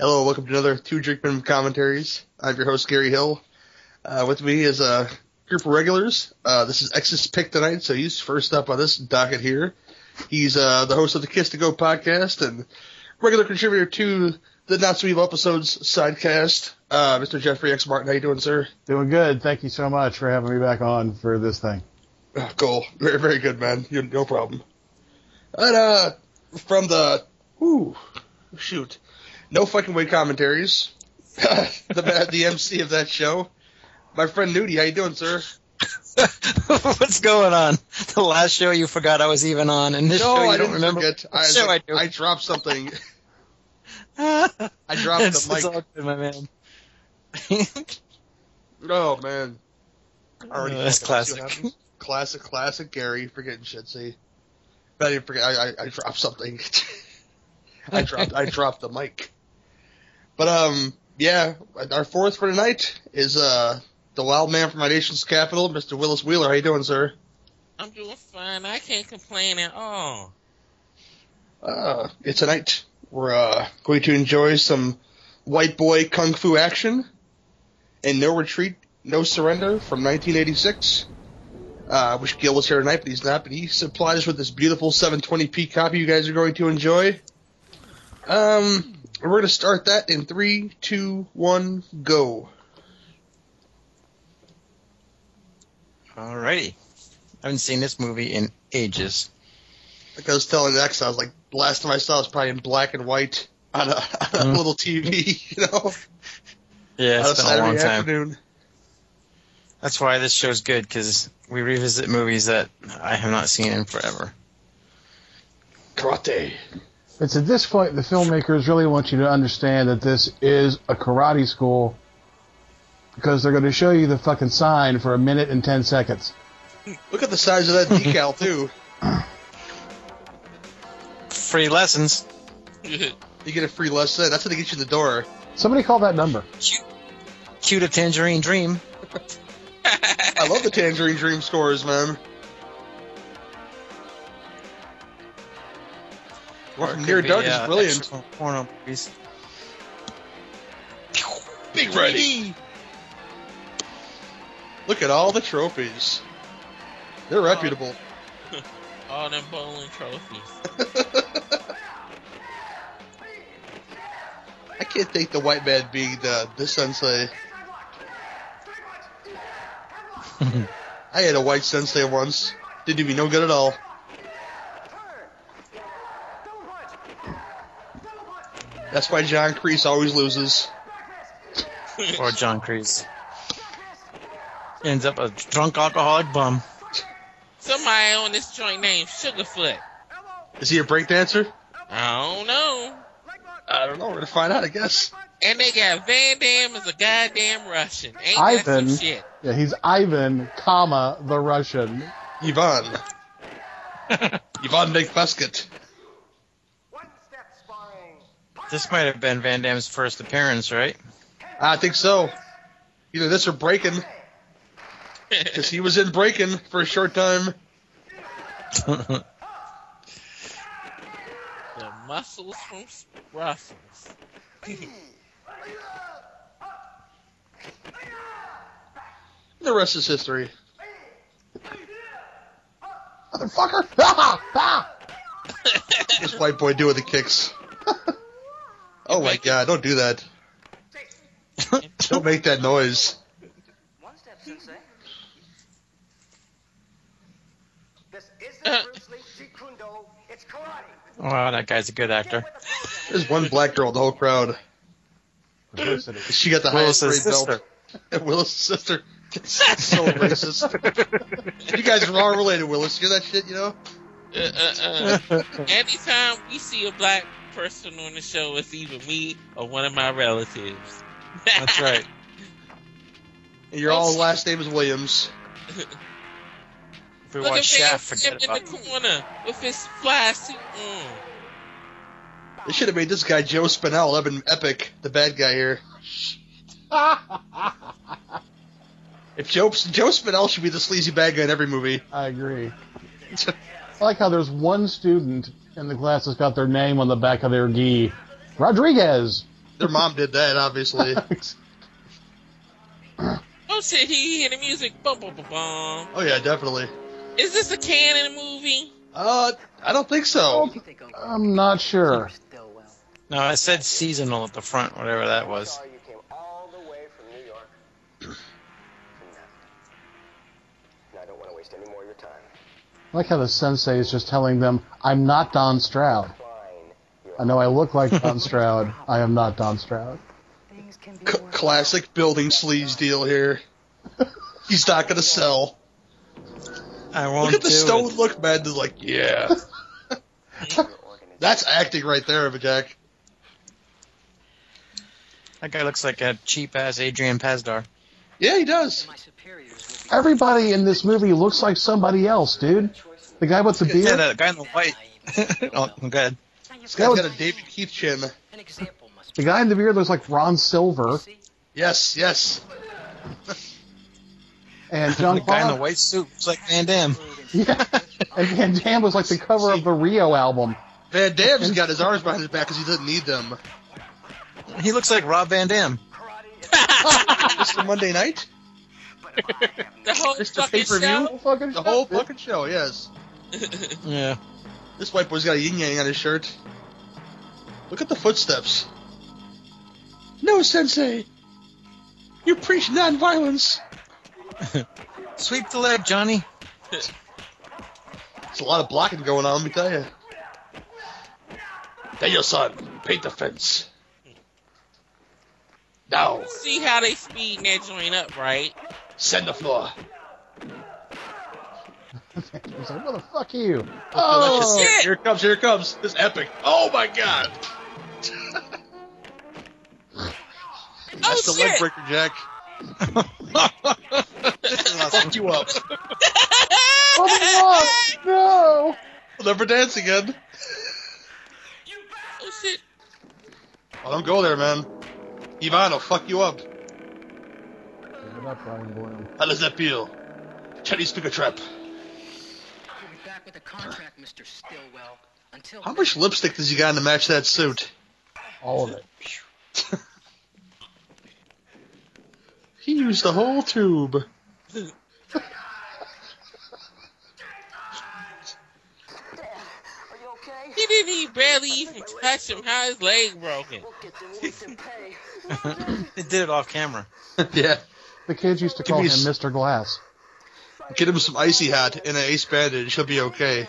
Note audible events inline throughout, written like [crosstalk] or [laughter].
Hello, and welcome to another Two Drink Minimum Commentaries. I'm your host, Gary Hill. Uh, with me is a group of regulars. Uh, this is X's pick tonight, so he's first up on this docket here. He's uh, the host of the Kiss to Go podcast and regular contributor to the Not So Evil episodes sidecast. Uh, Mr. Jeffrey X Martin, how you doing, sir? Doing good. Thank you so much for having me back on for this thing. Oh, cool. Very, very good, man. You, no problem. And, uh, from the, ooh, shoot, no fucking way commentaries. [laughs] the ma- the MC of that show, my friend Nudie. How you doing, sir? [laughs] What's going on? The last show you forgot I was even on, and this no, show you I don't didn't remember. forget. I, Sure I do. I dropped something. I [laughs] dropped it's, the mic. it's all good, my man. [laughs] Oh man, I already Uh, fucking- see that's what classic. happens? Classic, classic Gary forgetting shit. See, but I didn't forget. I, I, I dropped something. [laughs] I dropped. [laughs] I dropped the mic. But um, yeah, our fourth for tonight is uh the wild man from my nation's capital, Mr. Willis Wheeler. How you doing, sir? I'm doing fine. I can't complain at all. Uh, it's a night. We're uh, going to enjoy some white boy kung fu action and no retreat, no surrender from 1986. Uh, I wish Gil was here tonight, but he's not. But he supplied us with this beautiful 720p copy you guys are going to enjoy. Um, we're going to start that in three, two, one, go. Alrighty. I haven't seen this movie in ages. Like I was telling X, I was like, the last time I saw it was probably in black and white on a, [laughs] on a Mm. little TV, [laughs] you know? Yeah, on a it's been a Saturday long time. afternoon. That's why this show's good because we revisit movies that I have not seen in forever. Karate. It's at this point the filmmakers really want you to understand that this is a karate school because they're going to show you the fucking sign for a minute and 10 seconds. Look at the size of that decal too. Free lessons. You get a free lesson. That's how they get you in the door. Somebody call that number. Cue to Tangerine Dream. I love the Tangerine Dream scores, man. One Or it from could Near be, Dark uh, is brilliant. actual Porno movies. Big Reddy. Look at all the trophies. They're Oh, reputable. All them bowling trophies. I can't think the white man being the the sensei. [laughs] I had a white sensei once. Didn't do me no good at all. That's why John Kreese always loses. or John Kreese. Ends up a drunk [laughs] alcoholic bum. Somebody on this joint named Sugarfoot. Is he a breakdancer? I don't know. I don't know. We're gonna find out, I guess. And they got Van Damme as a goddamn Russian. Ain't that Ivan. some shit? Yeah, he's Ivan, comma, the Russian. Yvonne. Yvonne McBusket. This might have been Van Damme's first appearance, right? I think so. Either this or Breaking, because he was in Breaking for a short time. All the muscles from Brussels. [laughs] The rest is history. Motherfucker! [laughs] Ah, ah. This white boy doing the kicks. [laughs] oh my god! Don't do [laughs] that. Don't make that noise. One step, Sensei. This isn't Bruce Lee Jeet Kune Do. It's karate. wow, that guy's a good actor. There's one black girl in the whole crowd. Diversity. She got the highest Willis's grade sister. belt. [laughs] And Willis' sister. [laughs] so racist. you guys are all related, Willis. Hear that shit, you know? Uh, uh, uh. Anytime we see a black person on the show, it's either me or one of my relatives. That's right. And your all last name is Williams. If we [laughs] Look watch at Shaft, Van forget Damme about in the corner with his fly suit on. They should have made this guy Joe Spinell. That'd been epic. The bad guy here. If Joe Joe Spinell should be the sleazy bad guy in every movie. I agree. I like how there's one student in the class that's got their name on the back of their gi. Rodriguez. [laughs] Their mom did that, [laughs] obviously. Oh shit, he hear the music. Bum, bum, bum, bum. Oh yeah, definitely. Is this a canon movie? Uh, I don't think so. You think I'm I'm not sure. Stillwell. No, it said seasonal at the front, whatever that was. Sorry you came all the way from New York. For nothing. And I don't want to waste any more of your time. I like how the sensei is just telling them, I'm not Don Stroud. Fine. [laughs] You're I know I look like Don Stroud. I am not Don Stroud. Things can be C- worse. classic building sleaze deal here. He's not gonna sell. I won't Look at the do stone it. look, man. They're like, yeah, your organism. that's acting right there, Jack. That guy looks like a cheap ass Adrian Pazdar. Yeah, he does. My superiors will be Everybody in this movie looks like somebody else, dude. The guy with the beard. Yeah, that guy in the white. [laughs] oh, I'm good. This guy's got a David Keith chin. An example must The be. guy in the beard looks like Ron Silver See? Yes, yes. and The John guy in the white suit looks like Van Damme. [laughs] Yeah, and Van Damme was like the cover of the Rio album. Van Damme's got his arms behind his back because he doesn't need them. He looks like Rob Van [laughs] Damme. Karate is Mr. Monday Night, but I have The whole It's the fucking pay-per-view? The show. whole fucking the shit, whole dude. fucking show. Yes, Yeah. this white boy's got a yin yang on his shirt. Look at the footsteps. No, Sensei, you preach nonviolence. Sweep the leg, Johnny. It's a lot of blocking going on, let me tell you. Now, your son, paint the fence. Now, [laughs] See how they speed that joint up, right? send the floor. He's like, well, the fuck you. Delicious. Oh, shit. Here it comes, here it comes. This epic. Oh my god. Oh That's the leg shit! breaker, Jack. This is awesome. Fuck you up. [laughs] oh my God, no! I'll never dance again. Oh shit! Oh, don't go there, man. Ivan will fuck you up. Give it up, Ryan Bloom. How does that feel? Chinese speaker trap. You'll be back with a contract, Mr. Stillwell. Until How much lipstick does he got to match that suit? All of it. He used the whole tube. [laughs] Are you okay? He didn't even barely even touch him. How his leg broken? [laughs] We'll get the release and pay. They did it off camera. yeah. The kids used to Give call me him a s- Mr. Glass. Get him some icy hot and an ace bandage. He'll be okay.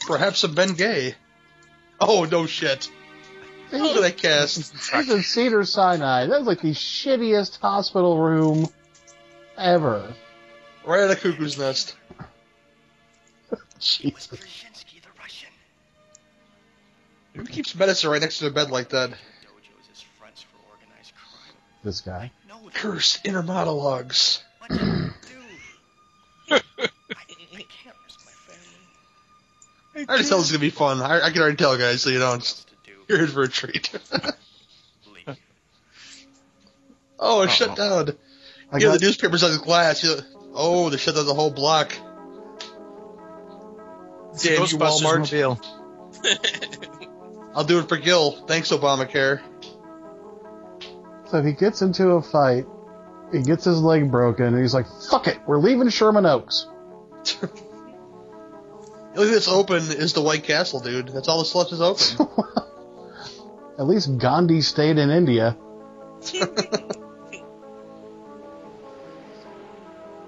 Perhaps a Ben Gay. Oh no shit! Look at that cast. He's in Cedar Sinai. That was like the shittiest hospital room ever. Right out of cuckoo's nest. Jesus. Krasinski, the Russian. Who keeps medicine right next to their bed like that? Dojo is his fronts for organized crime. This guy. [laughs] No, Cursed inner monologues. what did you do? I, I can't risk my family. I already tell this is gonna be fun. I, I can already tell, guys. So you know, What it's- else to do? you're in for a treat. [laughs] Leave. oh, it shut down. I yeah, got, the newspaper's on the glass. You know- oh, they shut down the whole block. It's a Damn you, Walmart. Ghostbusters mobile. I'll do it for Gil. Thanks, Obamacare. so he gets into a fight. He gets his leg broken, and he's like, fuck it, we're leaving Sherman Oaks. The only thing that's open is the White Castle, dude. That's all that's left is open. At least Gandhi stayed in India.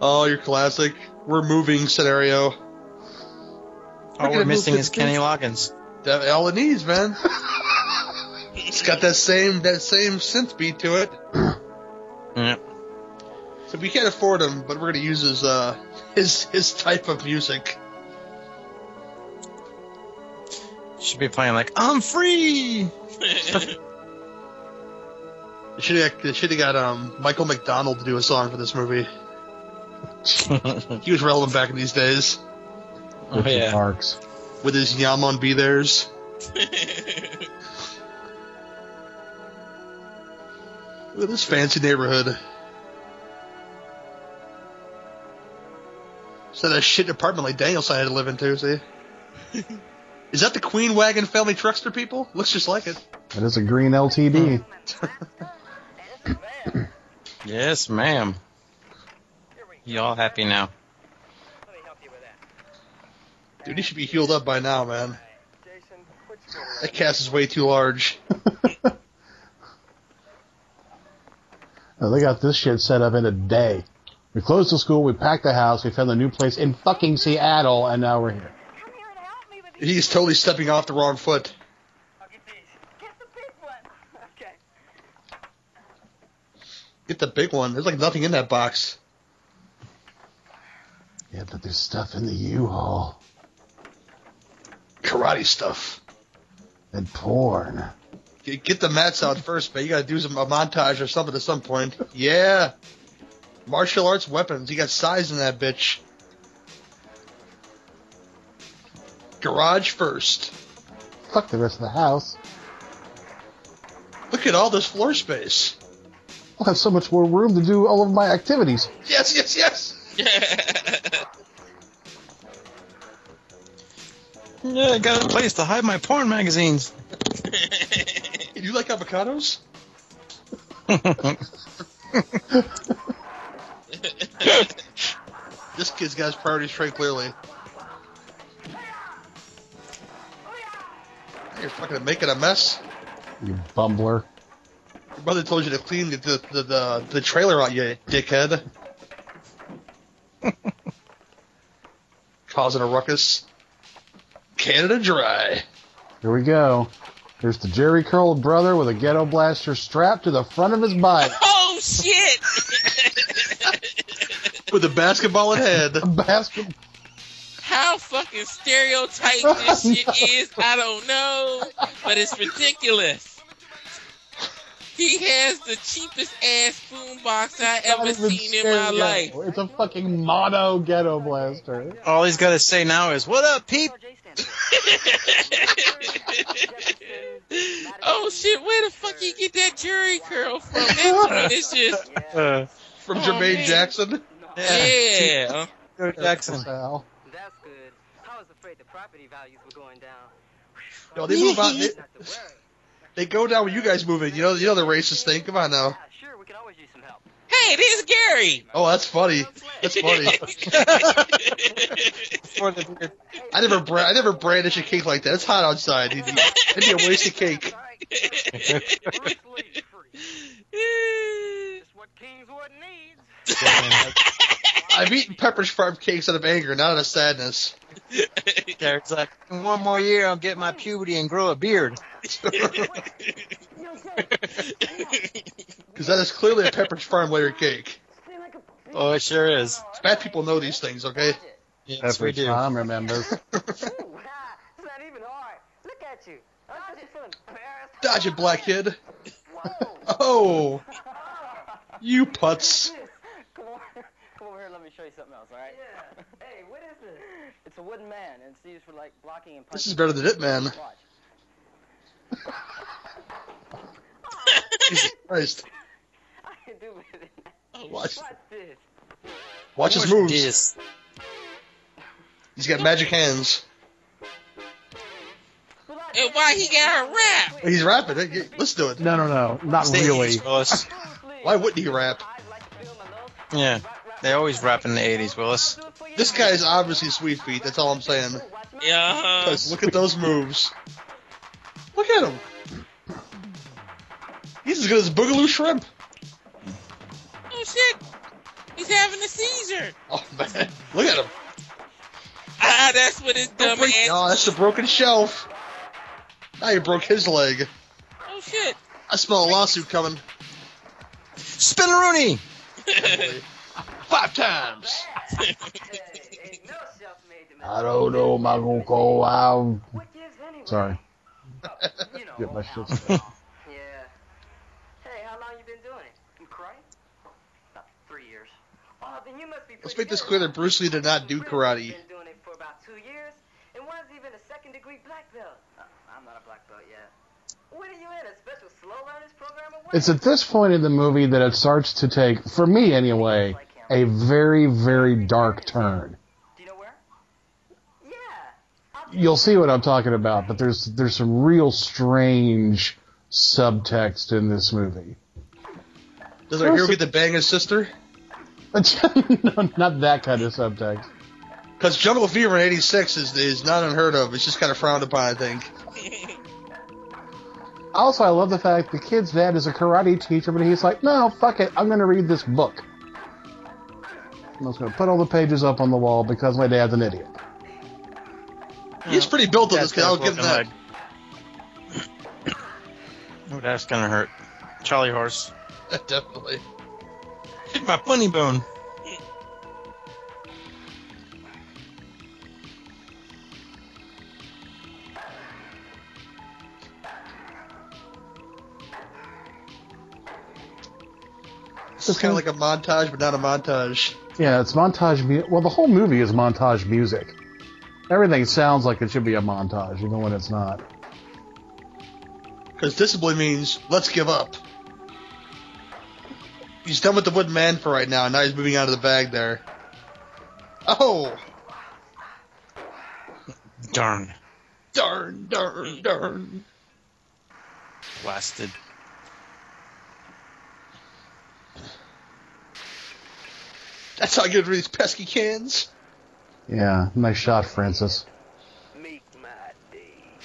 Oh, your classic. We're moving scenario. All gonna we're move missing to is the Kenny Loggins. That, all it needs, man. it's got that same that same synth beat to it. Yeah. So we can't afford him, but we're gonna use his uh [laughs] his his type of music. Should be playing like I'm free. Should have should have got um Michael McDonald to do a song for this movie. oh He was relevant back in these days Richard yeah. Parks. with his Yamon be theirs. Look at this fancy neighborhood. It's not a shit apartment like Danielson had to live in too, see? Is that the Queen Wagon Family Truckster people? Looks just like it. That is a green LTD. Yes, ma'am. Y'all happy now? Let me help you with that. Dude, he should be healed up by now, man. Jason, put your That cast is way too large. Now, they got this shit set up in a day. We closed the school, we packed the house, we found a new place in fucking Seattle, and now we're here. Come here and help me with these. He's totally stepping off the wrong foot. I'll get these. Get the big one. [laughs] Okay. Get the big one. There's like nothing in that box. Yeah, but there's stuff in the U-Haul Karate stuff. and porn. Get, get the mats out first, man. You gotta do some a montage or something at some point. Yeah. Martial arts weapons. You got size in that bitch. Garage first. Fuck the rest of the house. Look at all this floor space. I'll have so much more room to do all of my activities. Yes, yes, yes. Yeah, I got a place to hide my porn magazines. Do you like avocados? This kid's got his priorities straight clearly. You're fucking making a mess. You bumbler. Your brother told you to clean the the, the, the, the trailer out, you dickhead. Causing a ruckus. Canada Dry. Here we go. Here's the Jerry Curled brother with a ghetto blaster strapped to the front of his bike. [laughs] oh shit! With a basketball in hand. A basket. [laughs] How fucking [laughs] stereotyped this shit is, I don't know, but it's ridiculous. He has the cheapest ass boombox I Not ever even seen in my stereo. life. It's a fucking mono ghetto blaster. All he's got to say now is, "What up, peep?" RJ stands for. [laughs] [laughs] oh shit! Where the fuck you get that jury curl from? [laughs] That joint is just Uh, From Oh, Jermaine man. Jackson. yeah. Joe Jackson. Sal. That's good. I was afraid the property values were going down. No, they move out. They, Not to worry. they go down when you guys move in. You know, you know the racist thing. Come on now. Yeah, Ah, sure, we can always use some help. Hey, this is Gary. Oh, that's funny. That's funny. [laughs] For the beard. I never, bra- I never brandish a cake like that. It's hot outside. It'd be, it'd be a waste of cake. We're slave free. It's what Kingswood needs. I've eaten Pepperidge Farm cakes out of anger, not out of sadness. Derek's like, "In one more year, I'll get my puberty and grow a beard. Because that is clearly a Pepperidge Farm layered cake. Oh, it sure is. Bad people know these things, okay? Yes, we Every do. time remembers. Ooh, ha, it's not even hard. Look at you. I'm just so embarrassed. Dodge it, black kid. Whoa. Oh, [laughs] you putz. Come over, come over here. Let me show you something else. All right? Yeah. Hey, what is this? [laughs] It's a wooden man, and it's used for like blocking and punching. This is better than it, man. Watch. Jesus Christ. I can do better than that. Watch, Watch this. watch his moves. Yes. He's got magic hands. Relax. And why he got a rap? He's rapping. Hey, yeah, Let's do it. No, no, no. Not Stay really. easy, Willis. Seriously. Why wouldn't he rap? I'd like to feel my nose. Yeah, Rock, rock, they always rap in the '80s, Willis. do it for you. This guy is obviously sweet feet. That's all I'm saying. Watch [laughs] my Yeah. uh-huh. huh. 'Cause look at those moves. Look at him. He's as good as Boogaloo Shrimp. Oh shit! He's having a seizure. Oh man, look at him. [laughs] Ah, that's what his dumb ass. Oh, that's a broken shelf. Now you broke his leg. Oh shit! [laughs] I smell a lawsuit coming. Spinneroonie. Five times. Hey, ain't no shelf made to I measure. don't know, my go out. What gives anyway? Sorry. You know. Get my shit. Yeah. Hey, how long you been doing it? In karate? About three years. Oh, then you must be Let's pretty make this good. clear that Bruce Lee did not do karate. Been doing it for about two years, and one's even a second degree black belt. Uh, I'm not a black belt yet. What are you in a special slow learners program or what? It's at this point in the movie that it starts to take, for me anyway, a very, very dark turn. Do you know where? Yeah. I'll you'll see what I'm talking about, but there's there's some real strange subtext in this movie. [laughs] Does our hero get to bang his sister? no, not that kind of subtext. Because jungle fever in '86 is is not unheard of. It's just kind of frowned upon, I think. Also, I love the fact the kid's dad is a karate teacher, but he's like, no, fuck it, I'm going to read this book. I'm just going to put all the pages up on the wall because my dad's an idiot. He's pretty built on this [laughs] That's kid. I'll give him that. Oh, that's gonna hurt. Charlie horse. [laughs] Definitely. Hit my funny bone. This is kind of like a montage, but not a montage. Yeah, it's montage music. Well, the whole movie is montage music. Everything sounds like it should be a montage, even when it's not. Because discipline means let's give up. He's done with the wooden man for right now, and now he's moving out of the bag there. Oh, Darn. darn, darn, darn. Blasted. That's how I get rid of these pesky cans. Yeah, nice shot, Francis. Make my day. [laughs]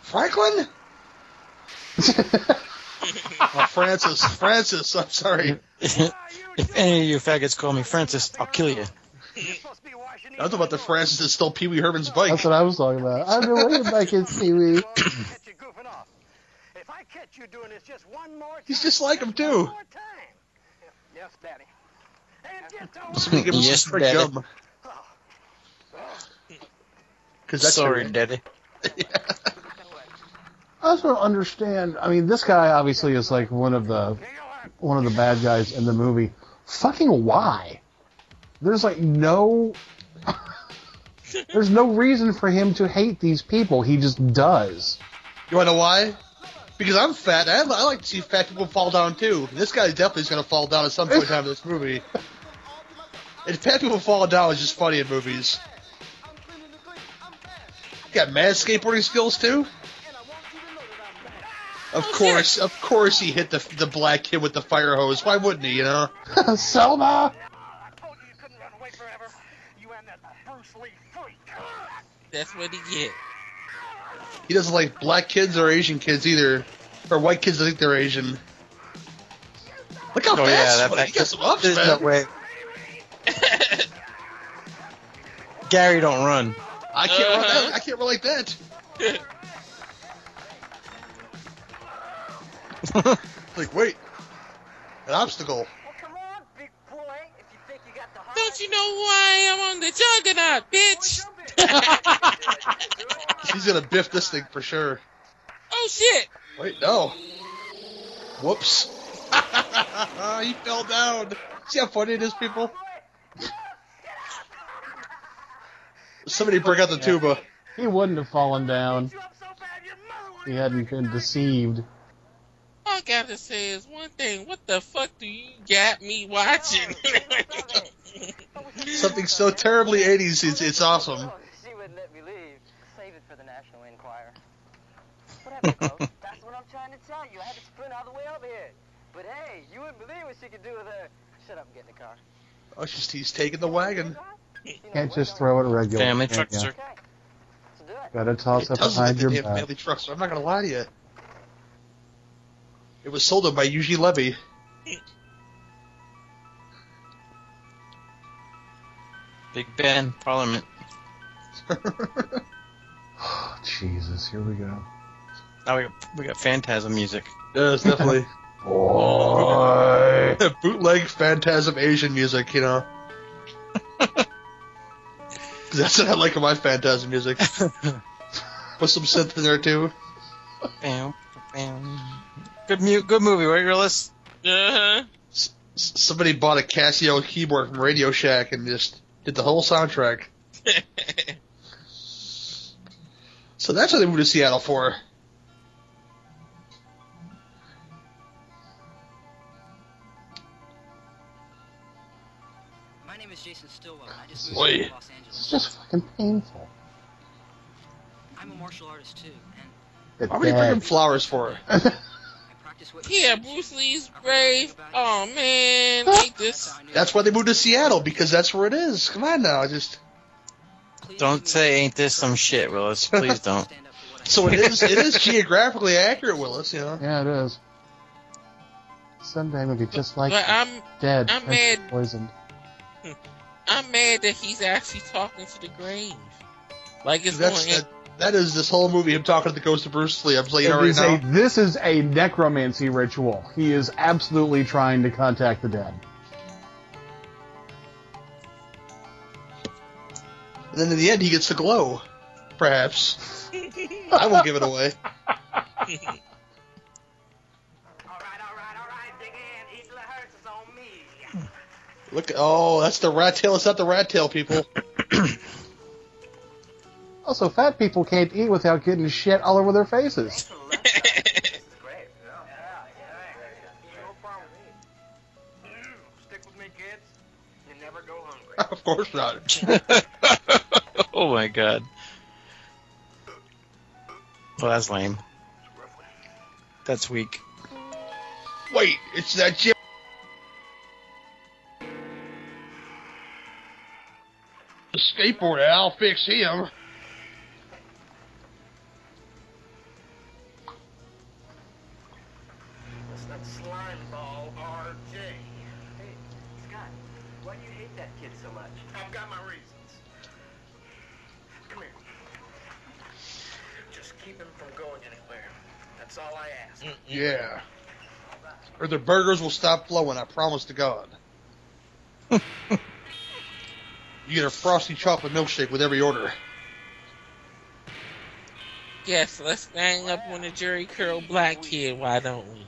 Franklin? Oh, Francis, Francis, I'm sorry. if any of you faggots call me Francis, I'll kill [laughs] you. You're supposed to be washing I was about the Francis that stole Pee Wee Herman's bike. That's what I was talking about. I've been waiting back in Seaweed. [coughs] catch you goofing off. If I catch you doing this just one more time. He's just like him, too. One more time. Yes, Daddy. And just don't Somebody give him some Yes, free Daddy. gum. Because that's Sorry, Daddy. I just don't understand. I mean, this guy obviously is like one of the one of the bad guys in the movie. Fucking why? There's like no. [laughs] There's no reason for him to hate these people. He just does. [laughs] You want to know why? Because I'm fat. and I, I like to see fat people fall down too. This guy definitely is going to fall down at some point in time in this movie. And fat people falling down is just funny in movies. You got mad skateboarding skills too. Of course, of course, he hit the the black kid with the fire hose. Why wouldn't he? You know, Selma. I told you you couldn't run away forever. You and that Bruce Lee freak. That's what he get. he doesn't like black kids or Asian kids either, or white kids that think they're Asian. Look how Oh, fast! yeah, he that was. he got some ups, There's man. no way. Gary, don't run. I can't run Uh-huh. that. I can't run like that. Like, wait, an obstacle. Well, come on, big boy, if you think you got the heart. Don't you know why I'm on the juggernaut, bitch? [laughs] He's gonna biff this thing for sure. Oh shit! Wait, no. Whoops. [laughs] he fell down. See how funny it is, people? Somebody break out the tuba. He wouldn't have fallen down. You up so bad your mother He wanted hadn't been deceived. All I gotta say is one thing. What the fuck do you got me watching? [laughs] Oh, Something so terribly 80s, it's, it's awesome. Oh, She wouldn't let me leave. Save it for the National Enquirer. Whatever, [laughs] folks. That's what I'm trying to tell you. I had to sprint all the way over here. But hey, you wouldn't believe what she could do with her. Shut up and get in the car. Oh, it's just he's taking the wagon. You know, Can't we're just going- throw it regular. Family Yeah, trucks yeah. are. Okay. Let's do it. Gotta toss It it doesn't like behind the damn your back. family truck, so I'm not gonna lie to you. It was sold to him by Eugene Levy. [laughs] Big Ben, Parliament. Oh, [gasps] Jesus, here we go. Now we got, we got Phantasm [laughs] music. Yes, definitely. [laughs] Bootleg Phantasm Asian music, you [laughs] know. 'Cause That's what I like in my Phantasm music. Put some synth in there too. Bam, bam. Good mu- good movie, right, Realist? [laughs] uh-huh. S- s- somebody bought a Casio keyboard from Radio Shack and just did the whole soundtrack. [laughs] So that's what they moved to Seattle for. My name is Jason Stillwell. and I just Oi. Los Angeles. It's just fucking painful. I'm a martial artist too, and It Why would you bring him bad. flowers for it? I practice what you Yeah, preach. Bruce Lee's grave. Oh man, ain't So this I knew- That's why they moved to Seattle because that's where it is. Come on now, just Please do Don't me- say ain't this some shit, Willis. Please [laughs] don't. Stand up for what I so it is. It is geographically accurate, Willis. You know. Yeah, it is. Someday we'll be just like but I'm dead, I'm and mad. poisoned. I'm mad that he's actually talking to the grave. Like it's That's going that, that is this whole movie. Him talking to the ghost of Bruce Lee. I'm saying It already is a- now. this is a necromancy ritual. He is absolutely trying to contact the dead. And then in the end, he gets the glow. Perhaps I won't give it away. All right, all right, all right, dig in. Eagle Hertz is on me. Look, oh, that's the rat tail. It's not the rat tail, people. [laughs] Also, fat people can't eat without getting shit all over their faces. Great. Yeah. yeah. No problem. Stick with me, kids. You never go hungry. of course not. oh my god. Well, that's lame. That's weak. Wait, it's that Jim. The skateboard. I'll fix him. That's not slime ball RJ. Hey, Scott, why do you hate that kid so much? I've got my reasons. Come here. Just keep him from going anywhere. That's all I ask. Yeah. Or the burgers will stop flowing, I promise to God. you get a frosty chocolate milkshake with every order. Yes, let's gang up on the Jerry Curl black kid. Why don't we?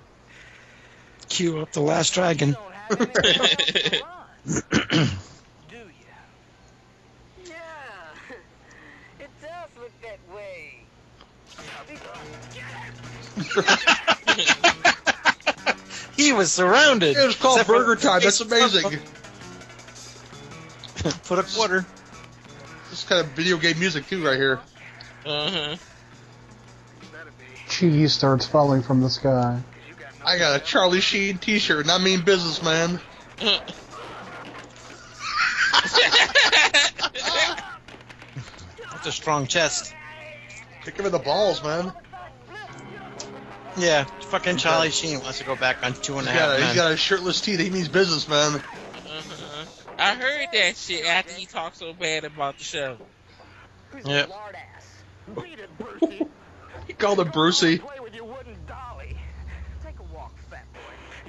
Cue up the last dragon. don't have anything else to run, do you? Yeah, it does look that way. he was surrounded. It was called Except for- Burger Time. That's amazing. Put a quarter. This kind of video game music too, right here. Uh huh. Better be, Cheese starts falling from the sky. 'cause you got no I got a Charlie Sheen T-shirt, and I mean business, man. That's a strong chest. Kick him in the balls, man. Yeah, fucking Charlie Sheen wants to go back on two and He's a half got a, he's men. got a shirtless tee. that He means business, man. Uh-huh. [laughs] I heard that shit after he talked so bad about the show. Who's Yep. a lard ass? Read it, Brucey. He called him Brucey. Play with your wooden dolly. Take a walk, fat boy.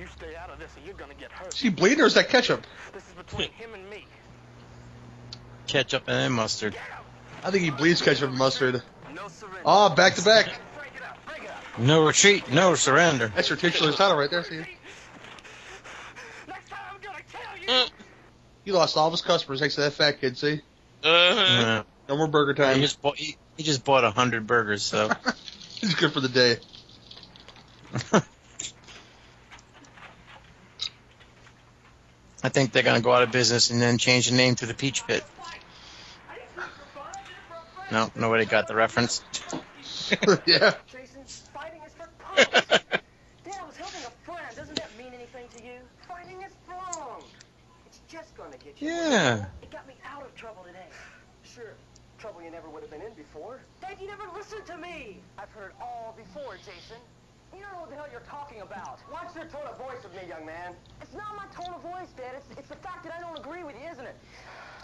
You stay out of this or you're gonna get hurt. Is he bleeding or is that ketchup? This is between him and me. Ketchup and then mustard. I think he bleeds ketchup and mustard. No surrender. Ah, back to back. Break it up, break it up. No retreat, no surrender. That's your titular title right there. See, Next time I'm gonna kill you. Uh he lost all of his customers thanks to that fat kid. See, huh. Yeah. no more burger He time. just bought he, he just bought a hundred burgers, so He's good for the day. [laughs] I think they're gonna go out of business and then change the name to the Peach [laughs] Pit. No, nobody got the reference. [laughs] yeah. Jason's fighting is for punks. Dad was helping a friend. Doesn't that mean anything to you? Fighting is wrong. It's just gonna get you. Yeah. It got me out of trouble today. Sure. Trouble you never would have been in before. Dad, you never listened to me. I've heard all before, Jason. You don't know what the hell you're talking about. Watch your tone of voice with me, young man. It's not my tone of voice, Dad. It's, it's the fact that I don't agree with you, isn't it?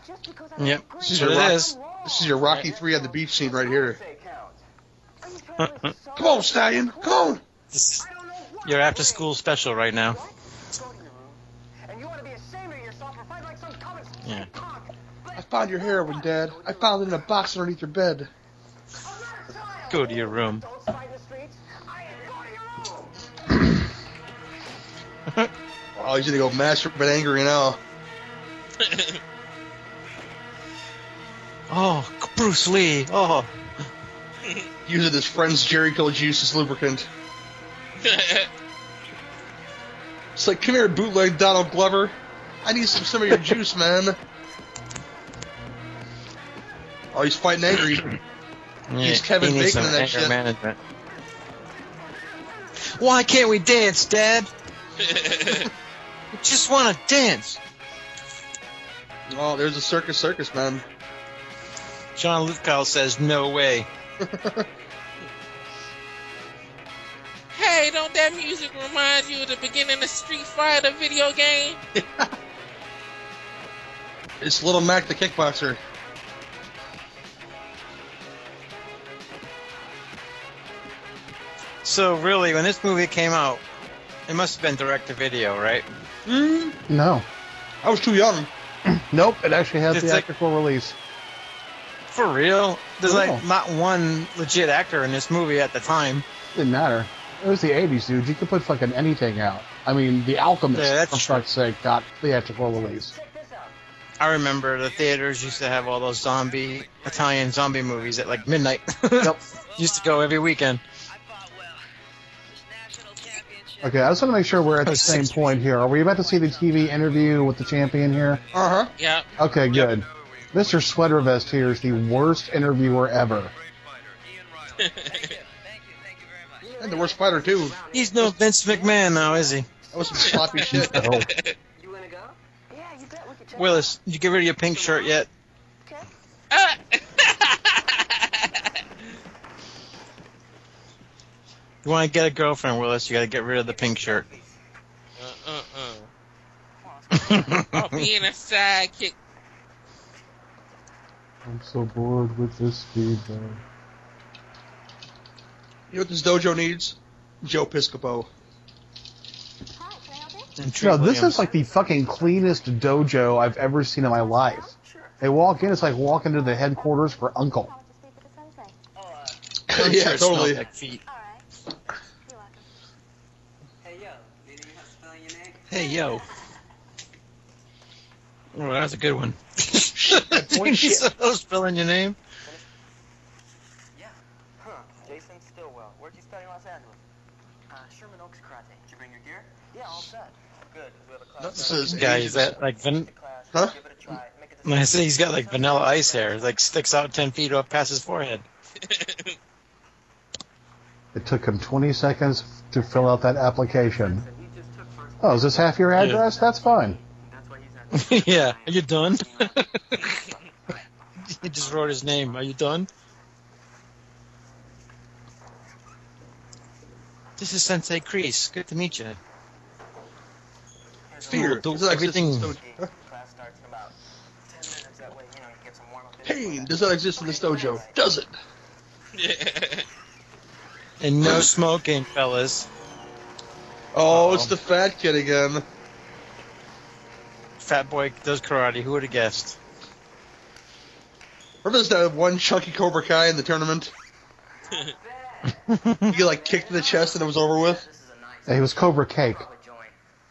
Just because I don't Yep, agree This is with your It you, Rocky, is. I'm wrong. This is your Rocky Three on the beach scene right here. Say count. Are you trying to raise [laughs] Come on, solid- Stallion. Come on. This is I don't know what your I'm after doing. school special right now. What? Go to your room. And you want to be ashamed of yourself for fighting like some common Yeah. punk. I found your heroin, Dad. I found it in a box underneath your bed. I'm not a child. Go to your room. Don't fight in the streets. I am going to your room. Oh, he's gonna go masturbate angry now. Oh, Bruce Lee. Oh, Using his friend's Jerry Kill juice as lubricant. It's like, come here, bootleg [laughs] Donald Glover. I need some, some of your juice, man. Oh, he's fighting angry. He's Kevin he needs Bacon some in that anger shit. management. Why can't we dance, Dad? We just want to dance. Oh, there's a circus, circus man. John Lithgow says, "No way." [laughs] hey, don't that music remind you of the beginning of Street Fighter video game? It's Little Mac the kickboxer. So really, when this movie came out, it must have been direct to video, right? Mm, No. I was too yough Nope, it actually has It's like- theatrical release. For real? There's No. like not one legit actor in this movie at the time. Didn't matter. It was the 80s, dude. You could put fucking anything out. I mean, The Alchemist, Yeah, that's for fuck's sake, got theatrical release. Check this out. I remember the theaters used to have all those zombie Italian zombie movies at like midnight. [laughs] Yep. used to go every weekend. I fought well. This national championship. Okay, I just want to make sure we're at the same point here. Are we about to see the TV interview with the champion here? Uh huh. Yeah. Okay, good. Mr. Sweater Vest here is the worst interviewer ever. Thank you, thank you very much. And the worst fighter too. He's no Vince McMahon now, is he? That was some [laughs] [laughs] sloppy shit. No. You wanna go? Yeah, you bet. We could check Willis, did you get rid of your pink shirt yet? Uh, You want to get a girlfriend, Willis? You got to get rid of the [laughs] pink shirt. uh, uh, uh. Oh, being a sidekick. I'm so bored with this feedback. You know what this dojo needs? Joe Piscopo. No, this is [laughs] like the fucking cleanest dojo I've ever seen in my life. They walk in, it's like walking to the headquarters for Oh. Uncle. yeah, totally. Like feet. Hey, yo, need any help spelling your name? Hey yo. Oh, that's a good [laughs] one. boy, Did you shit. spell- spelling your name? Huh, Jason Stillwell. Where'd you study in Los Angeles? Uh, Sherman Oaks Karate. Did you bring your gear? Yeah, all set. Good, 'cause we have a class. This is Guy, is that like van- the class. Huh? Give it a try. Make a when I decision. say he's got like vanilla ice hair, it, like sticks out ten feet off past his forehead. It took him 20 seconds to fill out that application. Oh, is this half your address? That's fine. That's why he's [laughs] [laughs] not yeah. Are you done? [laughs] he just wrote his name. Are you done? This is Sensei Kreese. Good to meet you. Fear. Do This is like everything. Huh? class starts in about 10 minutes. That way, you know, you get some warm up. Pain does not exist in this dojo, does it? And no smoking, fellas. Oh, Uh-oh. it's the fat kid again. Fat boy does karate. Who would have guessed? Remember this that one chunky Cobra Kai in the tournament? You get like kicked in the chest and it was over with? [laughs] This is a nice He was Cobra Cake. solid joint.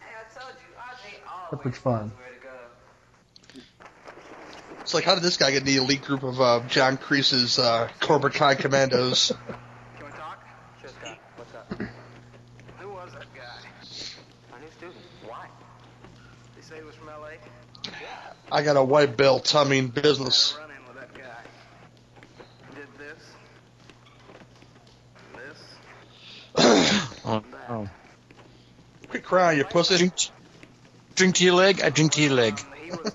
Hey, I told you, RJ That always was fun. knows where to go. It's like, how did this guy get in the elite group of uh, John Kreese's uh, Cobra Kai commandos? You want to talk? Sure, Scott. What's [clears throat] up? Who was that guy? My new student. Why? They say he was from L.A. I got a white belt. I mean, business. run in with that guy. Did this. This. Oh, oh. Quit crying, you pussy. Drink, drink to your leg. I drink to your leg. Um, he was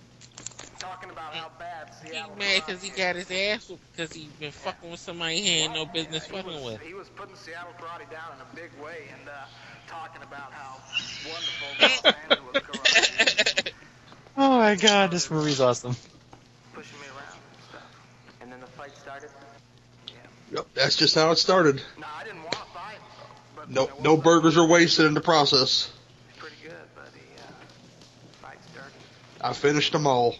[laughs] talking about how bad He Seattle mad corrupt because he is. got his ass whooped because he been fucking with somebody he ain't no business He fucking was- with. [laughs] He was putting Seattle karate down in a big way and uh, talking about how [laughs] wonderful Los Angeles karate is, Oh my god, this movie's awesome. pushing me around and stuff. And then the fight started. Yep, that's just how it started. No, I didn't want to fight, but No, there no was a- burgers are wasted in the process. Pretty good, but the uh, fight's dirty. I finished them all.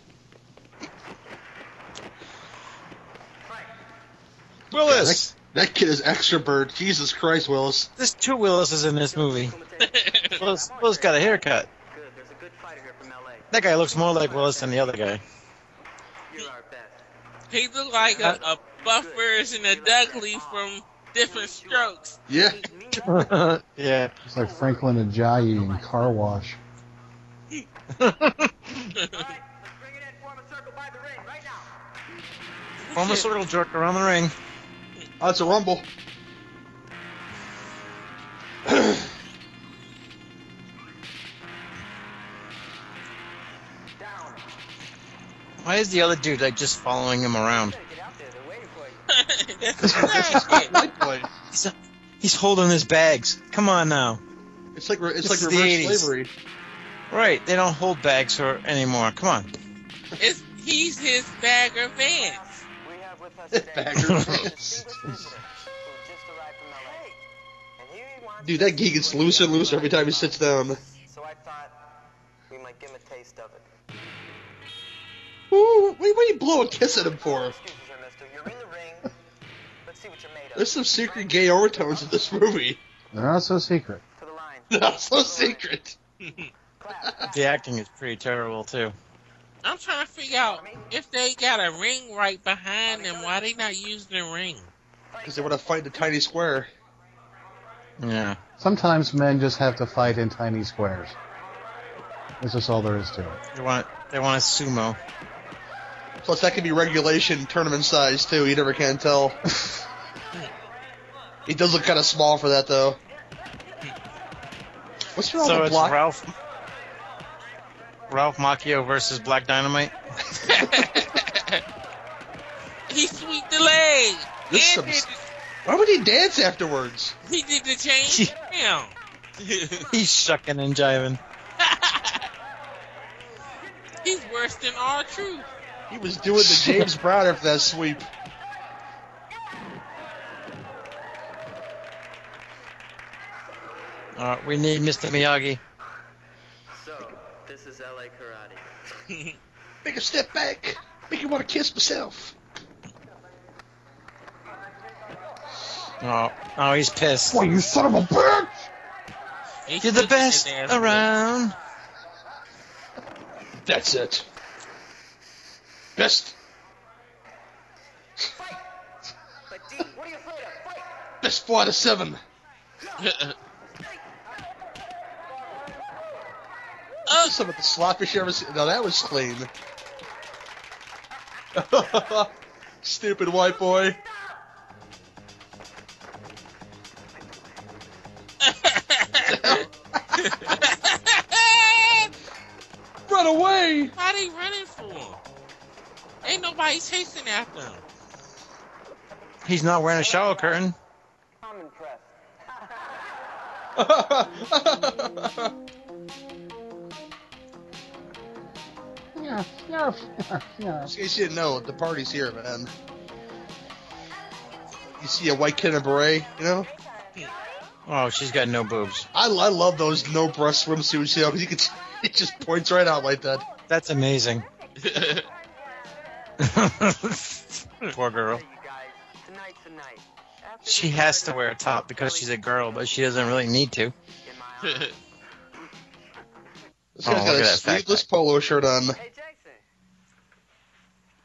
Frank, Willis. That kid is extra bird. Jesus Christ, Willis. There's two Willises in this movie. Willis, Willis got a haircut. good. There's a good fighter here from L.A. That guy looks more like Willis than the other guy. You're our best. he looked like a, a buff version of Dougley from Different Strokes. [laughs] Yeah. [laughs] yeah. It's like Franklin and Jai in Car Wash. All right, let's bring it in. Form a circle by the ring right [laughs] now. Form a circle jerk around the ring. Oh, it's a rumble. Down. Why is the other dude like just following him around? Better get out there. They're waiting for you. That's right. White boy. He's, uh, he's holding his bags. Come on now. It's like re- it's like This is the reverse 80s. slavery. Right, they don't hold bags for anymore. Come on. It's, he's his bagger man. We have with [laughs] us It's today a backwards. distinguished [laughs] visitor who just arrived from LA. And here he wants Dude, that geek gets looser and looser every time he sits down. So I thought we might give him a taste of it. Ooh, wait, what do you blow a kiss at him No for? excuses here, mister. You're in the ring. Let's see what you're made of. There's some secret gay overtones in this movie. [laughs] They're not so secret. To the [laughs] line. Not so secret. Clap. clap. The acting is pretty terrible too. I'm trying to figure out if they got a ring right behind them, why they not using the ring? Because they want to fight the tiny square. Yeah. Sometimes men just have to fight in tiny squares. That's just all there is to it. They want they want a sumo. Plus, that could be regulation tournament size too. You never can tell. [laughs] he does look kind of small for that though. Hmm. What's your so other it's block? Ralph Ralph Macchio versus Black Dynamite. [laughs] he sweet the leg. This And is Why would he dance afterwards? did- he did the change down. He's shucking and jiving. He's worse than our truth. He was doing the James Brown after that sweep. Uh, we need Mr. Miyagi. So, this is LA Karate. Make him step back. Make him want to kiss myself. Oh, oh, he's pissed. Boy, you son of a bitch! He You're the shook his best ass. around. That's it. Best, But D, what are you afraid of? Fight! best flight of seven. Uh-uh. Oh, Some of the sloppiest you ever seen. Now that was clean. [laughs] Stupid white boy. [laughs] Run away! Why they running for him? Ain't nobody chasing after him. He's not wearing a shower curtain. I'm impressed. Yeah, yeah, yeah, yeah. Just in case you didn't know, the party's here, man. You see a white kid in a beret, you know? Oh, she's got no boobs. I, I love those no breast swimsuits, you know, because you can t- [laughs] it just points right out like that. That's amazing. [laughs] Poor girl. Hey, you guys. Tonight's the night. After She the has party, to wear a top because she's a girl, but [laughs] she doesn't really need to. in my eyes. This guy's Oh, got look a at that fat sleeveless guy. polo shirt [laughs] on. hey, Jackson.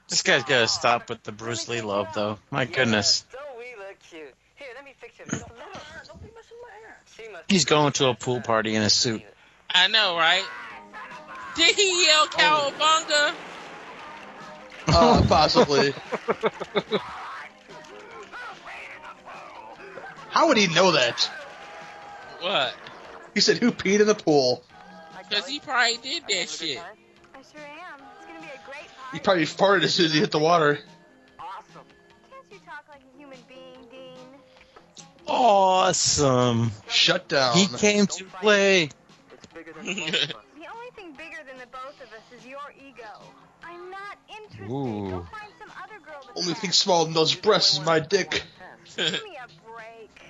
This guy's gotta stop with the Bruce Lee love, though. My goodness. Yeah, don't we look cute? Here, let me fix your messing my hair. Don't be messing my hair. She must He's going to a pool party in a suit. I know, right? Did he Oh, yell cowabunga? Uh, possibly. How would he know that? What? He said, who peed in the pool? Because he probably did Having a that good shit. time? I sure am. It's gonna be a great party. He probably farted as soon as he hit the water. Awesome. Can't you talk like a human being, Dean? Awesome. Shut down. He came to play. [laughs] It's bigger than both of [laughs] us. The only thing bigger than the both of us is your ego. I'm not interested. Ooh. Go find some other girl to Only thing chat. smaller than those breasts is my dick. [laughs] Give me a break.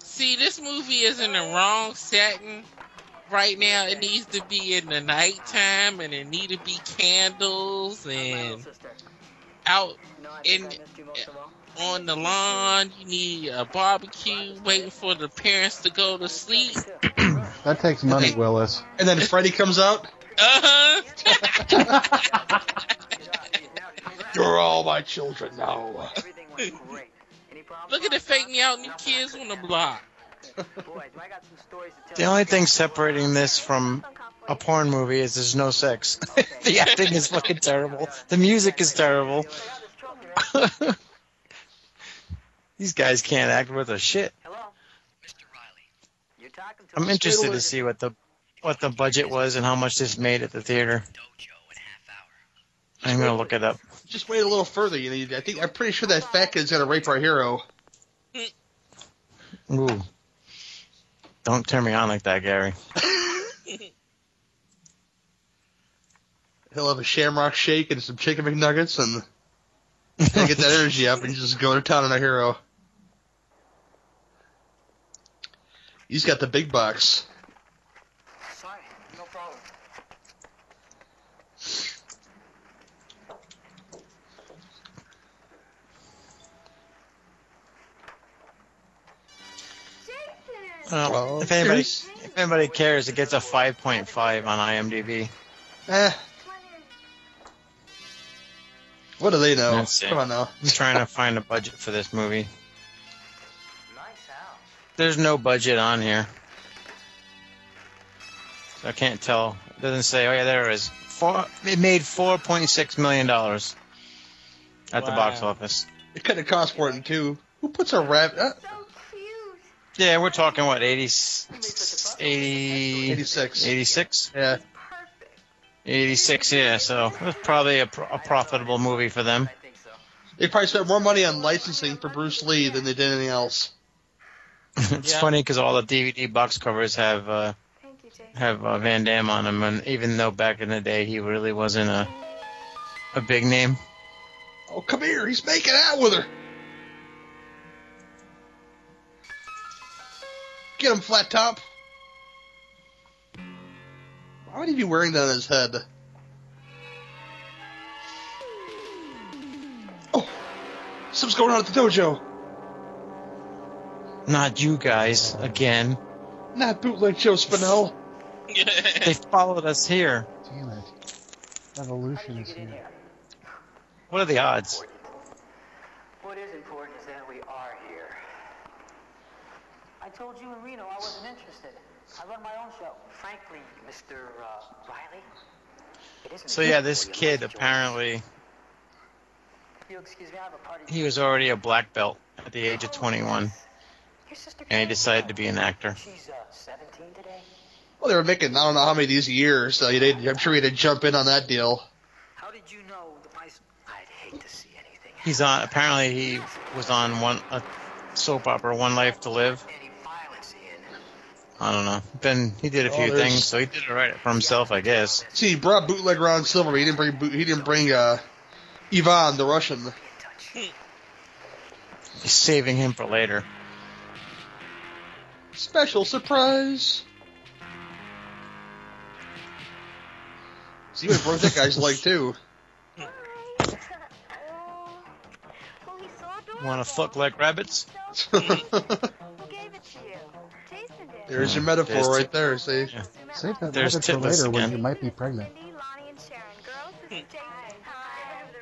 See, this movie is in the wrong setting right now. It needs to be in the nighttime, and it need to be candles and out No, I think think I I And- missed you most of all. on the lawn. You need a barbecue, waiting for the parents to go to sleep. That takes money, Willis. And then Freddy comes out. Uh [laughs] huh. [laughs] You're all my children now. [laughs] Everything went great. Any problems? Look at the fake me out new kids on the block. [laughs] Boy, do I got some stories to The tell only thing separating this from a porn movie is there's no sex. [laughs] the acting is fucking terrible. The music is terrible. [laughs] These guys can't act worth a shit. You're talking to I'm interested to see what the what the budget was and how much this made at the theater. I'm gonna look it up. [laughs] Just wait a little further. You need. I think I'm pretty sure that fat kid's gonna rape our hero. Ooh. Don't turn me on like that, Gary. [laughs] He'll have a shamrock shake and some chicken McNuggets [laughs] and, and get that energy up and just go to town on our hero. He's got the big box. Sorry, no problem. Well, Oh, if anybody serious? if anybody cares, it gets a 5.5 on IMDb. Eh. What do they know? That's it. Come on now. I'm trying to find a budget for this movie. Nice house. There's no budget on here. So I can't tell. It doesn't say. Oh yeah, there it is. Four. It made 4.6 million dollars at the box Wow. office. It could have cost more than two. Who puts a rabbit? Uh, So cute. Yeah, we're talking what 80, 80 86. 86? Yeah. 86, yeah. So it was probably a, pro- a profitable movie for them. [laughs] I think so. They probably spent more money on licensing for Bruce Lee than they did anything else. it's funny 'cause Yeah. funny because all the DVD box covers have uh, Thank you, Jason. have uh, Van Damme on them, and even though back in the day he really wasn't a a big name. Oh, come here. He's making out with her. Get him, flat top. Why would he be wearing that on his head? Oh, something's going on at the dojo. Not you guys again. Not bootleg Joe Spinell. They followed us here. Damn it. Evolution is Get in here. here. What are the odds? What is important is that we are here. I told you in Reno I wasn't interested. I run my own show. Frankly, Mr. Uh, Riley, it isn't. So yeah, this for you, kid Mr. Joyce. apparently If You'll excuse me, I have a party. he was already a black belt at the age of 21, Your sister and he Karen- decided to be an actor. She's uh, 17 today. Well, they were making I don't know how many of these years, so they, I'm sure he had to jump in on that deal. How did you know the bison? I'd hate to see anything. He's on. Apparently he was on one a soap opera, One Life to Live. Any violence in. I don't know. Been he did a Oh, few there's- things, so he did it right for himself, I guess. See, he brought bootleg Ron Silver. but He didn't bring boot, he didn't bring uh, Ivan the Russian. He's saving him for later. Special surprise. See what broke that guy's leg too. [laughs] Hmm. oh, [laughs] well, he's so adorable. Want to fuck like rabbits? So Who gave it to you? Jason did. There's your metaphor There's- right there. See, Yeah. Save that There's rabbit for Titless later when again. you might be pregnant. Cindy, Lonnie, and Sharon. Girls, this is Jason. Hi. I'm the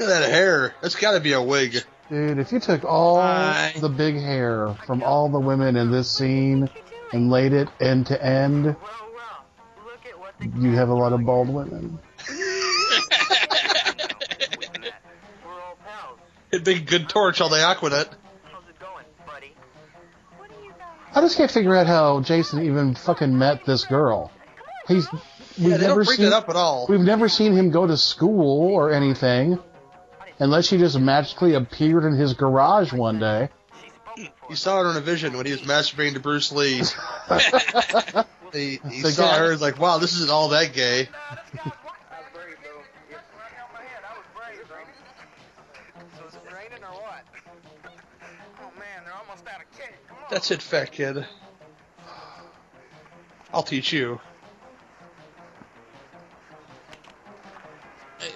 look at that hair. That's got to be a wig. Dude, if you took all Hi. the big hair from all the women in this scene and laid it end to end, Well, well, look at what you'd have a lot of bald women. they. We're all pals. It'd be a good torch on the Aquanet. How's it going, buddy? What are you guys? I just can't figure out how Jason even fucking met this girl. He's we've Yeah, they never don't bring seen that up at all. we've never seen him go to school or anything, unless she just magically appeared in his garage one day. She's spoken for. He saw her in a vision when he was masturbating to Bruce [laughs] Lee. he he The saw guy- her and was like, wow, this isn't all that gay. I was brave, though. Yeah. When I held my hand, I was brave, though. So is it raining or what? Oh, man, they're almost out of cake. Come on. That's it, fat kid. I'll teach you.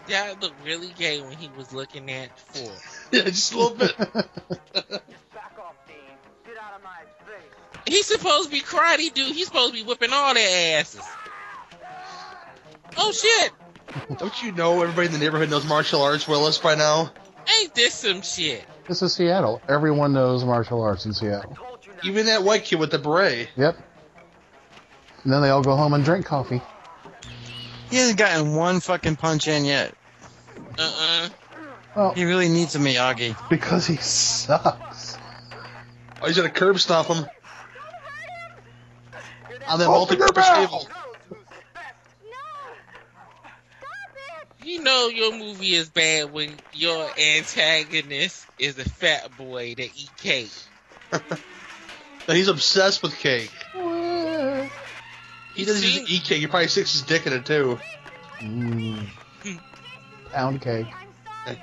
That looked really gay when he was looking at four. [laughs] Yeah, just a little bit. [laughs] Just back off, Dean. Get out of my face. He's supposed to be karate dude. He's supposed to be whipping all their asses. Oh shit! Don't you know everybody in the neighborhood knows martial arts, Willis, by now? Ain't this some shit? This is Seattle. Everyone knows martial arts in Seattle. Even that white kid with the beret. Yep. And then they all go home and drink coffee. He hasn't gotten one fucking punch in yet. Uh-uh. Well, He really needs a Miyagi. because he sucks. Oh, he's gonna curb stomp him. On that Open your multi-purpose mouth! table. You know your movie is bad when your antagonist is a fat boy that eat cake. Now, he's obsessed with cake. He You doesn't seen- just eat cake. He probably sticks his dick in it too. Mm. Pound cake. I'm sorry.